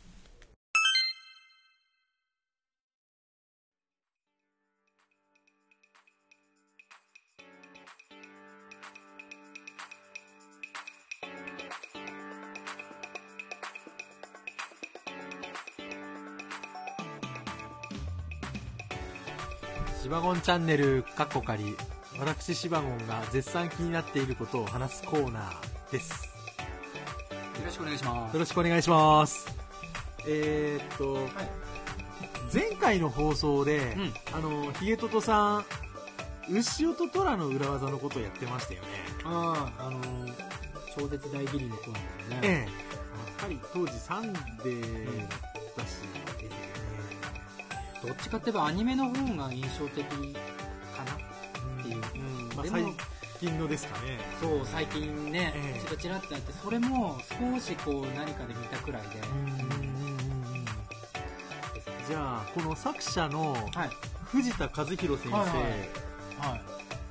Speaker 2: シバゴンチャンネルカッコカリ私シバゴンが絶賛気になっていることを話すコーナーです
Speaker 1: よろしくお願いしま
Speaker 2: よろしくお願いしますえーっと、前回の放送で、
Speaker 1: うん
Speaker 2: あのヒゲトトさん牛音トラの裏技のことをやってましたよね
Speaker 1: ああ、あのー、超絶大義理のコーナーだね。
Speaker 2: ええやっぱり当時サンデーだったし、
Speaker 1: どっちかって言えばアニメの方が印象的かなっていう。
Speaker 2: まあ
Speaker 1: で
Speaker 2: 最
Speaker 1: も、
Speaker 2: 近のですかね
Speaker 1: そう、最近ね、
Speaker 2: ええ
Speaker 1: ちょっとちらっとやって、それも少しこう何かで見たくらいで。ですね
Speaker 2: じゃあこの作者の
Speaker 1: はい。
Speaker 2: 藤田和弘先
Speaker 1: はいは
Speaker 2: 生
Speaker 1: は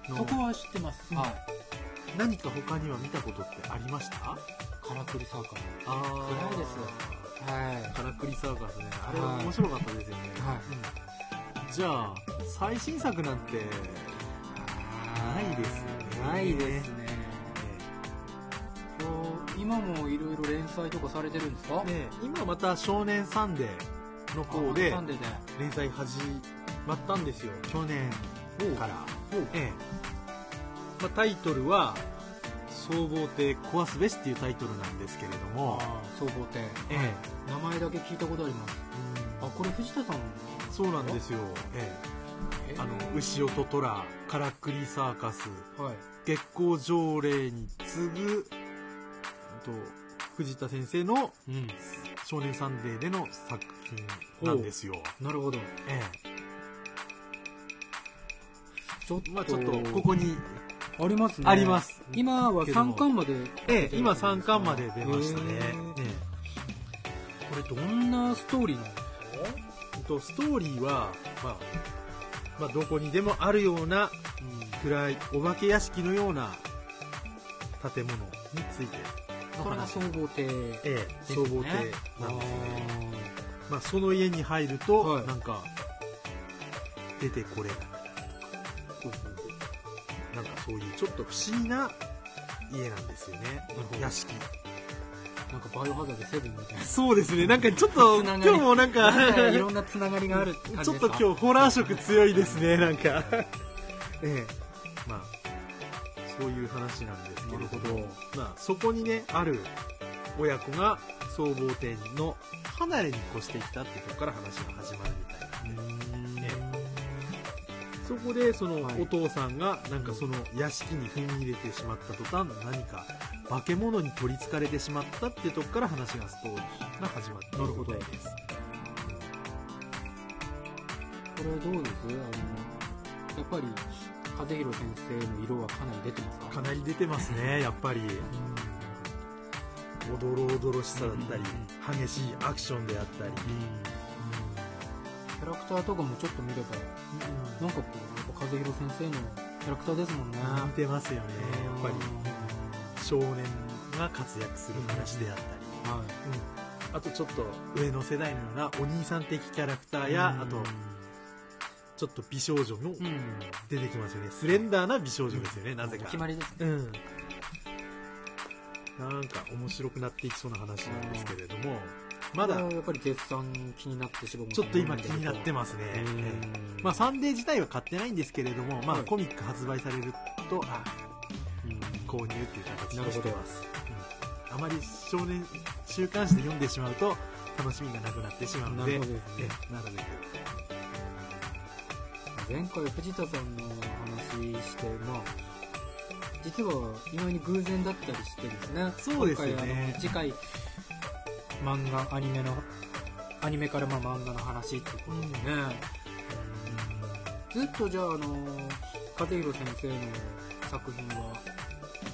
Speaker 1: そ
Speaker 2: の
Speaker 1: こは知ってます。
Speaker 2: うん
Speaker 1: はい。
Speaker 2: 何か他には見たことってありました
Speaker 1: からくりサーカス。
Speaker 2: あ
Speaker 1: ー暗いですはい。
Speaker 2: カラクリサーカスねあれ
Speaker 1: は
Speaker 2: はい面白かったですよね、
Speaker 1: は
Speaker 2: うんじゃあ最新作なんてないですよね
Speaker 1: ないですね。今もいろいろ連載とかされてるんですか
Speaker 2: ね今また「少年サンデー」の方で
Speaker 1: サンデーで。
Speaker 2: 連載始まったんですよ去年から、ええまあ、タイトルは「総合艇壊すべし」っていうタイトルなんですけれども、
Speaker 1: 総合店。
Speaker 2: ええ
Speaker 1: 名前だけ聞いたことあります。あ、これ藤田さん。
Speaker 2: そうなんですよ、ええ、あの牛音虎からくりサーカス
Speaker 1: はい。
Speaker 2: 月光条例に次ぐと藤田先生の
Speaker 1: うん、
Speaker 2: 「少年サンデー」での作品なんですよ、
Speaker 1: なるほど
Speaker 2: え
Speaker 1: ちょっ
Speaker 2: え
Speaker 1: と,、
Speaker 2: まあ、ちょっとここに
Speaker 1: ありますね
Speaker 2: あります
Speaker 1: 今は3巻まで
Speaker 2: ええ今3巻まで出ましたね、
Speaker 1: へー
Speaker 2: ええ
Speaker 1: これどんなストーリーなの
Speaker 2: えっと、ストーリーは、まあ、まあどこにでもあるような暗いお化け屋敷のような建物について、
Speaker 1: これが総合亭ですね
Speaker 2: ええ消防
Speaker 1: あ
Speaker 2: 艇なんですね
Speaker 1: ー
Speaker 2: まあ、その家に入ると、
Speaker 1: はい
Speaker 2: なんか出てこれないなんかそういうちょっと不思議な家なんですよね
Speaker 1: るほど
Speaker 2: 屋敷
Speaker 1: なんかバイオハザードセブンみたいな
Speaker 2: そうですねなんかちょっと
Speaker 1: つな
Speaker 2: 今
Speaker 1: がり
Speaker 2: 日もなんか
Speaker 1: なんかいろんなつながりがあるって感
Speaker 2: ち
Speaker 1: じ
Speaker 2: ょっ
Speaker 1: です
Speaker 2: と
Speaker 1: か
Speaker 2: 今日ホラー色強いですねなんか ええまあそういう話なんですけれども
Speaker 1: なる
Speaker 2: まあ、そこにねある親子が総合店の離れに越してきたってとこから話が始まるみたいな
Speaker 1: うーん
Speaker 2: えそこでその
Speaker 1: はい
Speaker 2: お父さんがなんかその屋敷に踏み入れてしまった途端何か化け物に取りつかれてしまったってとこから話がストーリーが始まっているみたいです
Speaker 1: これどうですあのやっぱり和弘先生の色はかなり出てますか
Speaker 2: かなり出てますねやっぱりおどろおどろしさだったり激しいアクションであったり
Speaker 1: キャラクターとかもちょっと見ればなんかこうやっぱ和弘先生のキャラクターですもんね
Speaker 2: 似てますよねやっぱり
Speaker 1: り
Speaker 2: 少年が活躍する話であったり
Speaker 1: はい
Speaker 2: あとちょっと上の世代のようなお兄さん的キャラクターやあとちょっと美少女も
Speaker 1: うん、
Speaker 2: 出てきますよねスレンダーな美少女ですよねなぜ
Speaker 1: お
Speaker 2: か
Speaker 1: 決まりです
Speaker 2: うんなんか面白くなっていきそうな話なんですけれどもまだ
Speaker 1: これはやっぱり絶賛気になってしまう
Speaker 2: ちょっと今気になって
Speaker 1: ま
Speaker 2: ますね
Speaker 1: す
Speaker 2: ええまあサンデー自体は買ってないんですけれどもまあ
Speaker 1: はい
Speaker 2: コミック発売されるとあ購入っていう形にしてます、うんあまり少年週刊誌で読んでしまうと楽しみがなくなってしまうの
Speaker 1: な
Speaker 2: で
Speaker 1: るほどです
Speaker 2: え
Speaker 1: ね
Speaker 2: えなるべく
Speaker 1: 前回藤田さんの話してまあ実は意外に偶然だったりしてですね
Speaker 2: そうですよね
Speaker 1: 今回あの次回漫画アニメのアニメからまあ漫画の話っていうことでね、ずっとじゃああの和弘先生の作品は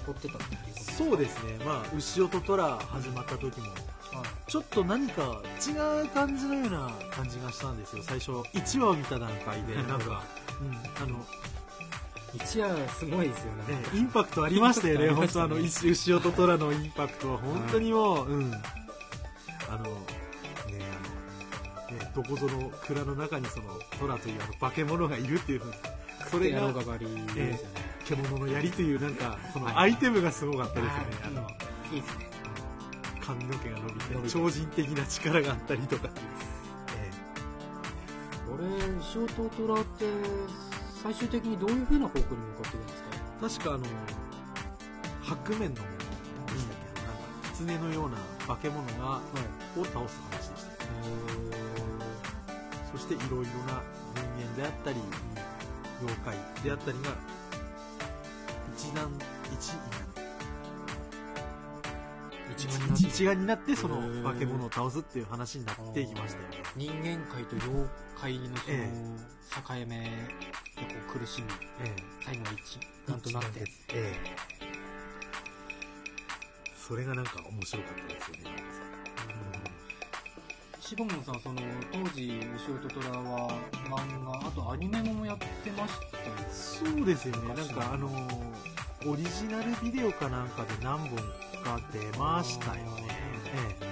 Speaker 1: 追ってたっていうこと
Speaker 2: そうですねまあ「牛音トラ」始まった時も
Speaker 1: はい
Speaker 2: ちょっと何か違う感じのような感じがしたんですよ最初1話を見た段階でなん か、うんあの
Speaker 1: 一夜すごいですよね
Speaker 2: ね、インパクトありましたよね、
Speaker 1: インパ
Speaker 2: 本
Speaker 1: クト
Speaker 2: 当
Speaker 1: あ
Speaker 2: あ
Speaker 1: り
Speaker 2: の、
Speaker 1: ま
Speaker 2: 牛牛音虎のインパクトは、本当にもう、うん。あの、ね、あの、ね、どこぞの蔵の中にその、虎というあの化け物がいるっていう、それ
Speaker 1: やろ
Speaker 2: が
Speaker 1: う、がばりですよね、
Speaker 2: 獣の槍というなんか、そ
Speaker 1: はい
Speaker 2: のアイテムがすごかったですよね。あ
Speaker 1: あ
Speaker 2: の、
Speaker 1: いいですね
Speaker 2: 髪の毛が伸び
Speaker 1: 伸び
Speaker 2: て、
Speaker 1: て
Speaker 2: 超人的な力があったりとか。
Speaker 1: 俺ショートトラって最終的にどういう風な方向に向かってるんですか
Speaker 2: 確かあの、白面の、でしたっけ、なんか、狐のような化け物が、
Speaker 1: はい
Speaker 2: を倒す話でした。そしていろいろな人間であったり妖怪であったりが一段一
Speaker 1: 一
Speaker 2: 一
Speaker 1: 番
Speaker 2: 一一丸になってそ
Speaker 1: へー
Speaker 2: の化け物を倒すっていう話になっていきましたよね
Speaker 1: 人間界と妖怪のそ
Speaker 2: え
Speaker 1: の境目でこう苦しみ
Speaker 2: え
Speaker 1: 最後は一
Speaker 2: え
Speaker 1: なんとなって
Speaker 2: ええそれがなんか面白かったですよねなんかさ
Speaker 1: シボンさんその当時「ショートトラ」は漫画あとアニメもやってましたよね
Speaker 2: そうですよね
Speaker 1: 昔
Speaker 2: なん
Speaker 1: の
Speaker 2: かあのーオリジナルビデオかなんかで何本か出ましたよね
Speaker 1: あ
Speaker 2: ええ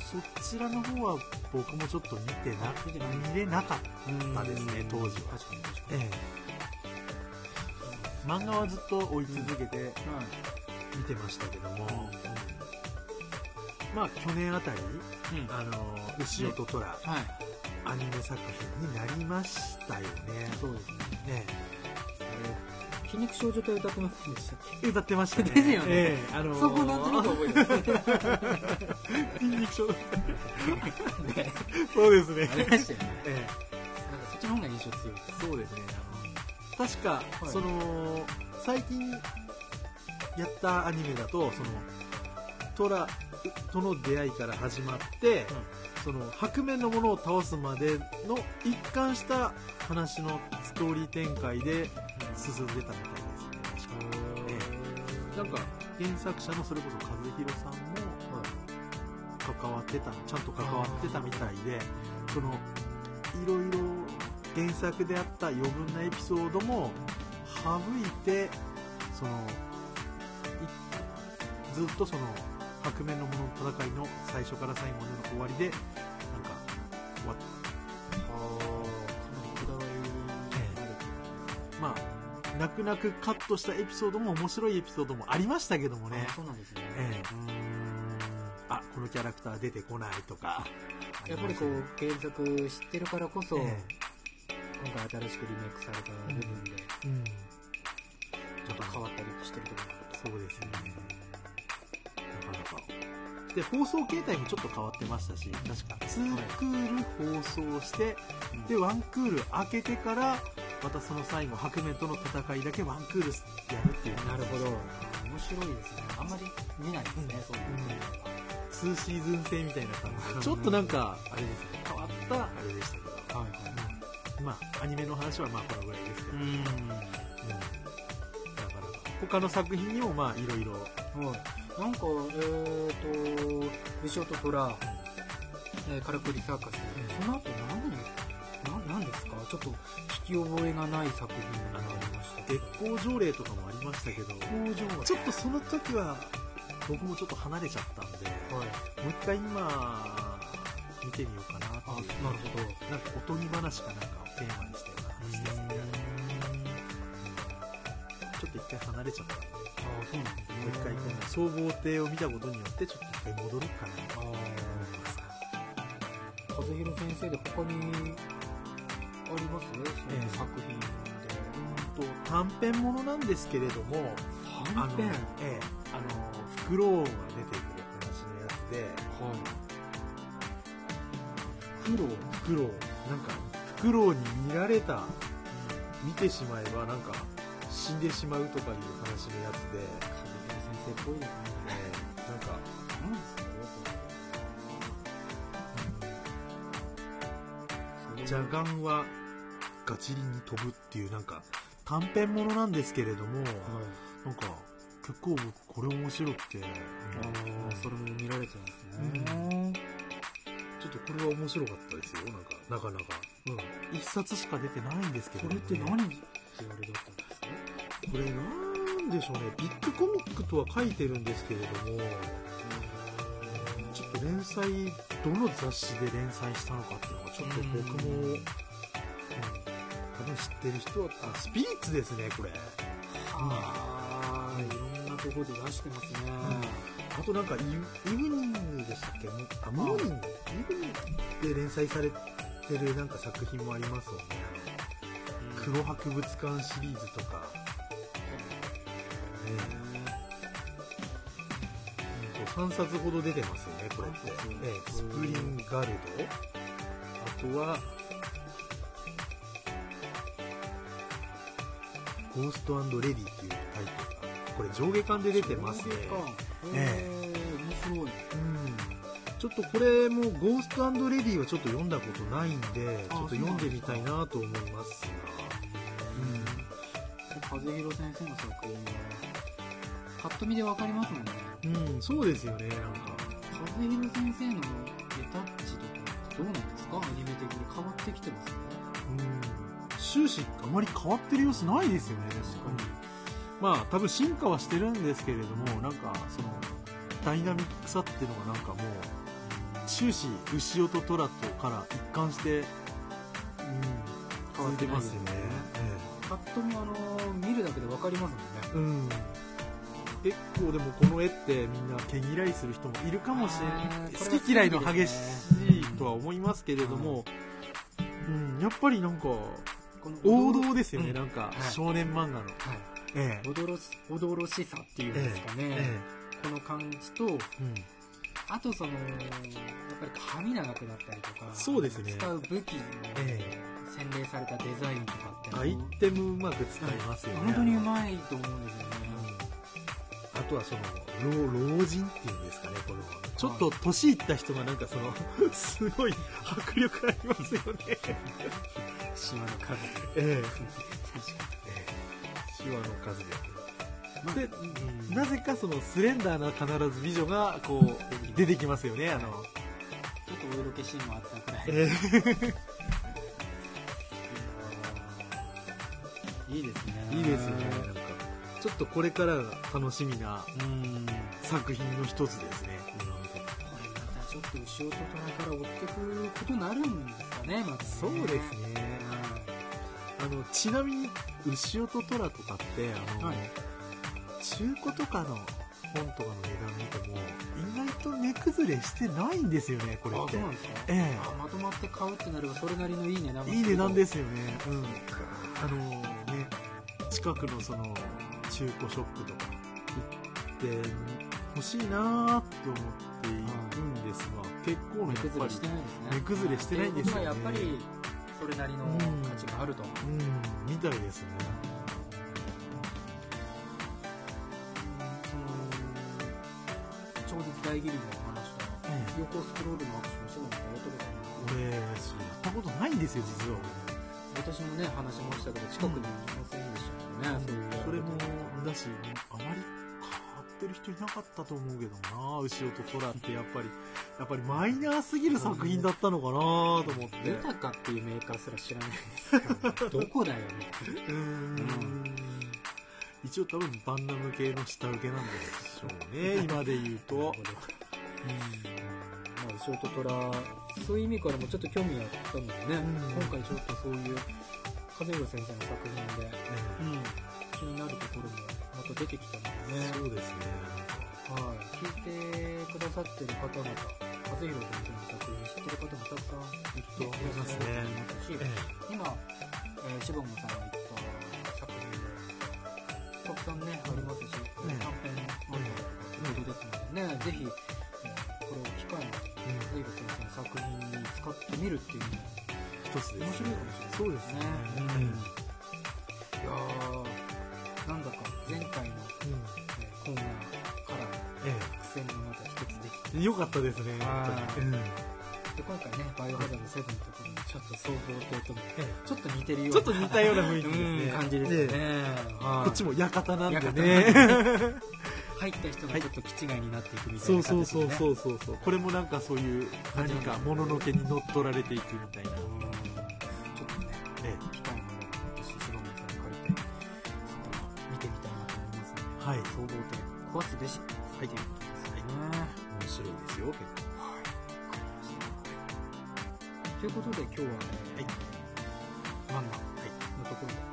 Speaker 2: そちらの方は僕もちょっと見てな
Speaker 1: 見てない
Speaker 2: 見れなかった、
Speaker 1: うん
Speaker 2: ですね当時は
Speaker 1: 確かに確かに、
Speaker 2: ええ漫画はずっと追い続けて
Speaker 1: はい
Speaker 2: 見てましたけども、まあ去年あたり
Speaker 1: うん
Speaker 2: 「あの牛音虎」
Speaker 1: はい
Speaker 2: アニメ作品になりましたよね
Speaker 1: そうですね
Speaker 2: え
Speaker 1: 筋肉少女隊歌ってませんでしたっけ
Speaker 2: え歌ってましたね
Speaker 1: ですよね
Speaker 2: ええあのー
Speaker 1: そこなんとなく覚えてます
Speaker 2: 筋肉症
Speaker 1: ね
Speaker 2: そうですね
Speaker 1: あり ましたよね
Speaker 2: え
Speaker 1: なんかそっちの方が印象強いです
Speaker 2: えそうですねあの確か、
Speaker 1: い
Speaker 2: その最近やったアニメだとそのトラとの出会いから始まって、その白面のものを倒すまでの一貫した話のストーリー展開で進んでたみたいですね確かなんか原作者のそれこそ和弘さんも関わってたちゃんと関わってたみたいでそのいろいろ原作であった余分なエピソードも省いてそのいずっとその白面のものの戦いの最初から最後までの終わりでなんか終わっまあ泣く泣くカットしたエピソードも面白いエピソードもありましたけどもね
Speaker 1: そうなんですね、
Speaker 2: ええあこのキャラクター出てこないとか
Speaker 1: やっぱりこう原作知ってるからこそ、
Speaker 2: ええ
Speaker 1: 今回新しくリメイクされた部分で
Speaker 2: うん
Speaker 1: ちょっと変わったりしてるところもある
Speaker 2: そうですね。なかなか。で、放送形態もちょっと変わってましたし、確か2クール放送して、
Speaker 1: うん
Speaker 2: で、1クール開けてから、またその最後、白面との戦いだけ1クールやるっていう。
Speaker 1: なるほど面白いですねあんまり見ないですね、
Speaker 2: うん
Speaker 1: そういうのは
Speaker 2: 2シーズン制みたいな感じ
Speaker 1: うん
Speaker 2: で、ちょっとなんか、あれですね、変わったあれでしたけど。
Speaker 1: はいはい
Speaker 2: うんまあ、アニメの話はまあ、このぐらいですけど。うんなかなか他の作品にもまあ、いろいろ。
Speaker 1: はい、なんか、えー、と「武将と虎」えーカラクリサーカス」その後何年な何ですかちょっと聞き覚えがない作品になりました
Speaker 2: 月光条例とかもありましたけど、
Speaker 1: 工場
Speaker 2: ちょっとその時は僕もちょっと離れちゃったんで、
Speaker 1: はい
Speaker 2: もう一回今見てみようかなって
Speaker 1: あな
Speaker 2: い
Speaker 1: る
Speaker 2: う
Speaker 1: ほど
Speaker 2: なんかおとぎ話かなんかをテーマにしたような話ですねちょっと一回離れちゃったんでも
Speaker 1: あーそうなんですね
Speaker 2: う一回この総合亭を見たことによってちょっと一回戻ろうかなと
Speaker 1: あ
Speaker 2: 思いま
Speaker 1: ー
Speaker 2: す
Speaker 1: 和弘先生で他にありますその
Speaker 2: ええ
Speaker 1: 作品で
Speaker 2: うーんと短編ものなんですけれどもあ
Speaker 1: 短
Speaker 2: の、
Speaker 1: 編
Speaker 2: ええ、あのフクロウが出てくる話のやつで
Speaker 1: はい
Speaker 2: フクロウフクロウなんかフクロウに見られた見てしまえばなんか死んでしまうとかいう話のやつで、
Speaker 1: 和弘先生っぽいですね
Speaker 2: なんか
Speaker 1: なんですかそれ
Speaker 2: 「邪眼はガチリに飛ぶ」っていうなんか短編ものなんですけれども、
Speaker 1: はい
Speaker 2: なんか結構僕これ面白くて、
Speaker 1: ああそれも見られちゃうんですね、
Speaker 2: ちょっとこれは面白かったですよなんかなかなか、うん、一冊しか出てないんですけれ
Speaker 1: そ
Speaker 2: ど
Speaker 1: れ
Speaker 2: も
Speaker 1: って何って言われだったんですか
Speaker 2: これなんでしょうねビッグコミックとは書いてるんですけれどもちょっと連載どの雑誌で連載したのかっていうのがちょっと僕も、
Speaker 1: うん
Speaker 2: うん多分知ってる人はあスピリッツですねこれ
Speaker 1: ああいろんなところで出してますね、
Speaker 2: あとなんかイイブニングでしたっけもあモーニングイブニングで連載されてるなんか作品もありますよね黒博物館シリーズとか、ね3冊ほど出てますよねこれって、
Speaker 1: 三冊
Speaker 2: ええスプリンガルドあとは「ゴーストレディ」っていうタイトルがこれ上下巻で出てますね
Speaker 1: ええ面白い
Speaker 2: うんちょっとこれも「ゴーストレディ」はちょっと読んだことないんでち
Speaker 1: あ
Speaker 2: ょっと読んでみたいなと思いますが
Speaker 1: 和弘先生の作品はパッと見でわかりますもんね
Speaker 2: うん、うんそうですよねなんか
Speaker 1: 和弘先生の絵タッチとかってどうなんですかアニメ的に変わってきてますよね
Speaker 2: うん終始あまり変わってる様子ないですよねでもまあ多分進化はしてるんですけれどもなんかそのダイナミックさっていうのがなんかもう終始牛尾と虎とから一貫して、うん、
Speaker 1: 変わってないですね
Speaker 2: 続いて
Speaker 1: パッと見あの見るだけでわかりますもんね
Speaker 2: ええうん結構でもこの絵ってみんな毛嫌いする人もいるかもしれな
Speaker 1: あ
Speaker 2: い
Speaker 1: ーこれは
Speaker 2: 好き嫌いの激し
Speaker 1: そうです
Speaker 2: い
Speaker 1: ね
Speaker 2: とは思いますけれども、うん、やっぱりなんか
Speaker 1: この
Speaker 2: 王道ですよね、
Speaker 1: うん
Speaker 2: なんか
Speaker 1: はい
Speaker 2: 少年漫画の、
Speaker 1: はい
Speaker 2: ええ
Speaker 1: 驚し驚ろしさっていうんですかね、この感じと
Speaker 2: うん
Speaker 1: あとそのやっぱり髪長くなったりとか
Speaker 2: そうですね
Speaker 1: 使う武器の
Speaker 2: え
Speaker 1: 洗練されたデザインとかって
Speaker 2: アイテムうまく使いますよね
Speaker 1: 本当にうまいと思うんですよね、
Speaker 2: あとはその老老人っていうんですかねこのちょっと年いった人がなんかその すごい迫力ありますよね
Speaker 1: 島の数
Speaker 2: ええ
Speaker 1: 確か
Speaker 2: 手話の数で
Speaker 1: に、まあ
Speaker 2: で
Speaker 1: うん
Speaker 2: なぜかそのスレンダーな必ず美女がこう出てきますよねあの
Speaker 1: ちょっとお色気シーンもあったくらい、
Speaker 2: え
Speaker 1: いいですね
Speaker 2: えいいですねなんかちょっとこれからが楽しみな
Speaker 1: うん
Speaker 2: 作品の一つですね
Speaker 1: これまたちょっと牛尾と隣から追ってくことになるんですかねまたね
Speaker 2: そうですねあのちなみに牛音虎とかってあの、
Speaker 1: はい
Speaker 2: 中古とかの本とかの値段見ても意外と値崩れしてないんですよねこ
Speaker 1: う
Speaker 2: れ
Speaker 1: んあ
Speaker 2: っ
Speaker 1: そ
Speaker 2: て
Speaker 1: うなんですか
Speaker 2: え
Speaker 1: あまとまって買うってなればそれなりのいい値段
Speaker 2: えいい値段ですすよねうんあのね近くのその中古ショップとか行って欲しいなーって思っているんですが、結構
Speaker 1: 値
Speaker 2: ね
Speaker 1: 崩
Speaker 2: やっぱ
Speaker 1: れ
Speaker 2: り
Speaker 1: してないですね
Speaker 2: 値崩れしてないんです
Speaker 1: という
Speaker 2: よね
Speaker 1: ことはやっぱりそれなりの価値があると、
Speaker 2: うんみたいですね
Speaker 1: その超絶大義理のお話と横スクロールのアクションしてもらったことあり
Speaker 2: 俺そうやったことないんですよ実は
Speaker 1: ます私もね話しましたけど近くにいませんでしたけどね、そういう
Speaker 2: それもだしあまり変わってる人いなかったと思うけどな牛尾と虎ってやっ ぱりやっぱりマイナーすぎる作品だったのかなと思って
Speaker 1: 豊かっていうメーカーすら知らないですから、どこだよね
Speaker 2: うーん一応多分バンナム系の下請けなんでしょう ね今で言うと
Speaker 1: なるほどまあショートトラそういう意味からもちょっと興味があったのでね、
Speaker 2: うん
Speaker 1: 今回ちょっとそういう風浦先生の作品で、気になるところもまた出てきたのでね、
Speaker 2: そうですね
Speaker 1: はい、聞いてくださってる方々風浦先生の作品知ってる方もたくさんいると思いますし、今、えー、しぼもさんが言った作品もたくさんねありますし、
Speaker 2: ええ
Speaker 1: 短編もあったりとかってことですのでね、ぜひ、えーこれを機会に風浦先生の作品に使ってみるっていうのも
Speaker 2: 一つで
Speaker 1: 面
Speaker 2: す
Speaker 1: 白い
Speaker 2: ね
Speaker 1: かもしれない
Speaker 2: そうですね
Speaker 1: うんいやーなんだか前回の、
Speaker 2: うん
Speaker 1: えーコーナーからの
Speaker 2: え
Speaker 1: 苦戦がまた一つできて
Speaker 2: えよかったですねやっぱりうん
Speaker 1: で今回ね「バイオハザード7」ということでちょっと総合性とも
Speaker 2: ええ
Speaker 1: ちょっと似てるような
Speaker 2: ちょっと似たような雰囲気ですね
Speaker 1: うん感じですよね、はい
Speaker 2: こっちも館なんで
Speaker 1: 館
Speaker 2: ね
Speaker 1: 入った人がちょっと気違いになっていくみたい
Speaker 2: そう
Speaker 1: な
Speaker 2: そ
Speaker 1: 感
Speaker 2: う
Speaker 1: じですね
Speaker 2: そうそうそうそうこれもなんかそういう何かもののけに乗っ取られていくみたいな
Speaker 1: うんちょっとね
Speaker 2: え
Speaker 1: 機会もあれば私柴本さんに借りてそこは見てみたいなと思いますね
Speaker 2: えはい
Speaker 1: 総合点壊すべしはいということですね
Speaker 2: 面白いですよ結
Speaker 1: ということで今日は、え
Speaker 2: は
Speaker 1: ー漫
Speaker 2: い
Speaker 1: 画のところで、えー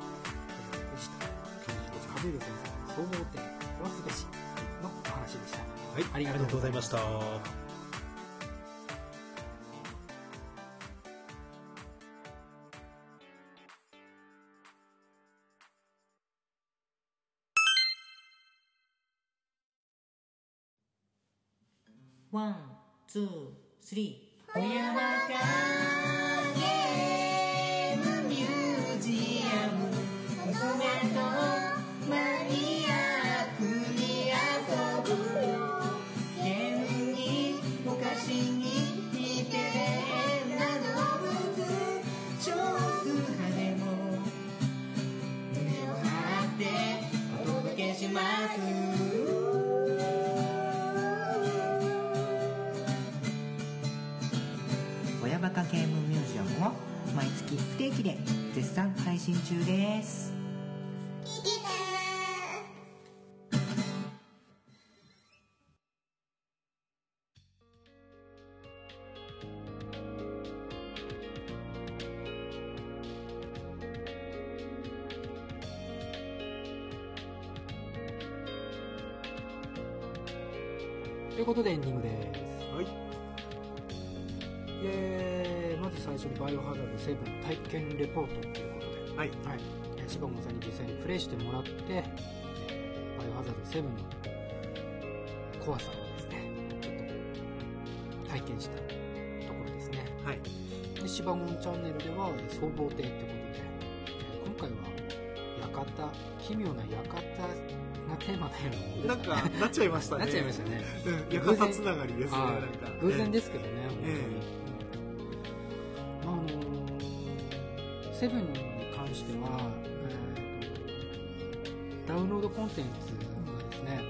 Speaker 1: 藤田カビル先生の総合点壊すべしのお話でした
Speaker 2: はい
Speaker 1: ありがとうございました
Speaker 2: ありがとうございました
Speaker 3: ワン、ツー、スリー。小山かゲームミュージアム。大人とマニアックに遊ぶよ。ゲームに、昔に、似てなどむず。少数派でも、胸を張ってお届けします。小山家ゲームミュージアムは毎月不定期で絶賛配信中です
Speaker 1: ということでエンディングです
Speaker 2: はい
Speaker 1: えーまず最初に「バイオハザード7」体験レポートということで、
Speaker 2: はい
Speaker 1: はい、柴本さんに実際にプレイしてもらって「えーバイオハザード7」の怖さをですねちょっと体験したところですね
Speaker 2: はい
Speaker 1: で柴本チャンネルではえー総合艇ってことで、えー今回は館奇妙な館変なテーマだよ
Speaker 2: なんかなっちゃいましたね
Speaker 1: なっちゃいましたね
Speaker 2: うんいや傘つながりですね
Speaker 1: あ
Speaker 2: なん
Speaker 1: ー
Speaker 2: か
Speaker 1: 偶然ですけどね、
Speaker 2: え
Speaker 1: 本当にあのーセブンに関しては、えーダウンロードコンテンツがですね、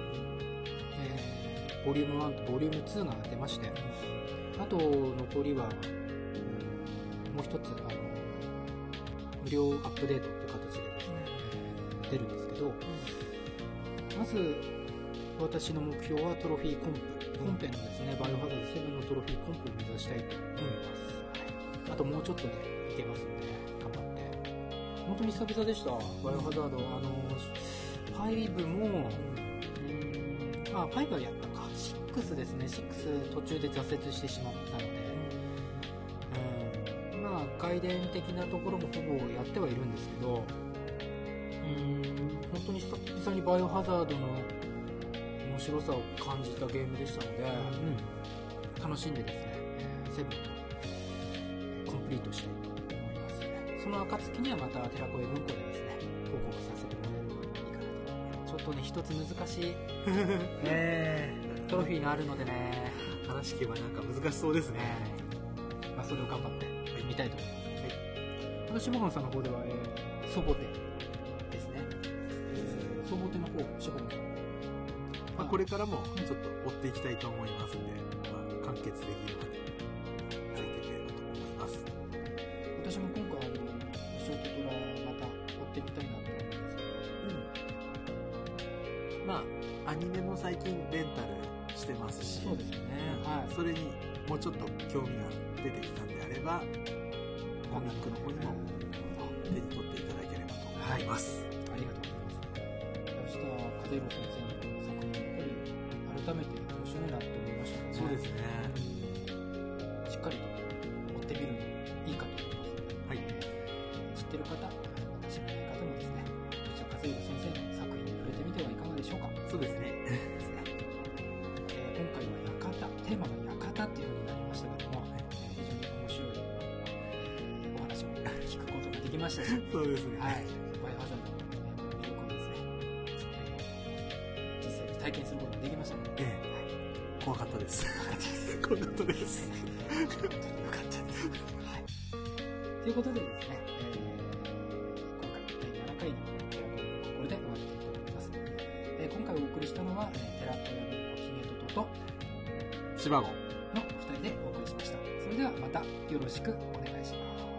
Speaker 1: えーボリューム1とボリューム2が出ましてあと残りは、うんもう一つあの無料アップデートっていう形でですね、えー出るんですけど、まず私の目標はトロフィーコンプ本編のですねバイオハザード7のトロフィーコンプを目指したいと思います、はい、あともうちょっとでいけますんで頑張って本当に久々でしたバイオハザードあの5もうんあ5はやったか6ですね6途中で挫折してしまったのでうんまあ外伝的なところもほぼやってはいるんですけどうん本当に久々にバイオハザードの面白さを感じたゲームでしたので、楽しんでですね、えーセブンをコンプリートしたいと思いますねその暁にはまた寺子屋文庫でですね報告させてもらえればいいかなとちょっ とね一つ難しいえートロフィーがあるのでね
Speaker 2: うん話聞けばなんか難しそうですね
Speaker 1: はいまあ、それを頑張ってみたいと思います、私もほんさんの方では、えー、ソボテですね、えー、ソボテの方しぼんさん
Speaker 2: まあ、これからもちょっと追っていきたいと思いますんで、まあ、完結できるまで続けていこうと思います
Speaker 1: 私も今回あのショートトラまた追ってみたいなと思うんですけ
Speaker 2: まあアニメも最近レンタルしてますし
Speaker 1: どそうですねはい
Speaker 2: それにもうちょっと興味が出てきたんであればコミックの方にも手に取っていただければと思います、
Speaker 1: ありがとうございます明日和弘先生の作品やっぱり改めて面白いなと思いましたね
Speaker 2: ね
Speaker 1: しっかりと追ってみるのいいかと思います
Speaker 2: はい
Speaker 1: 知ってる方また知らない方もですね一応和弘先生の作品に触れてみてはいかがでしょうか
Speaker 2: そうです ね
Speaker 1: ですね、えー今回は館テーマが館っていうふうになりましたけども、えー非常に面白い、えーお話を聞くことができましたし、はい、
Speaker 2: そうですね
Speaker 1: バイオハザードの魅力をですね、えー実際に体験することができましたので、
Speaker 2: ええ怖かったです 怖かった です
Speaker 1: 本当に良かったです。はい、ということでですね、えー今回第7回のテラコヤ文庫これで終わりたいと思います。えー今回お送りしたのは、えー、テラコヤ文庫姫ととと
Speaker 2: 芝子
Speaker 1: の2人でお送りしました。それではまたよろしくお願いします。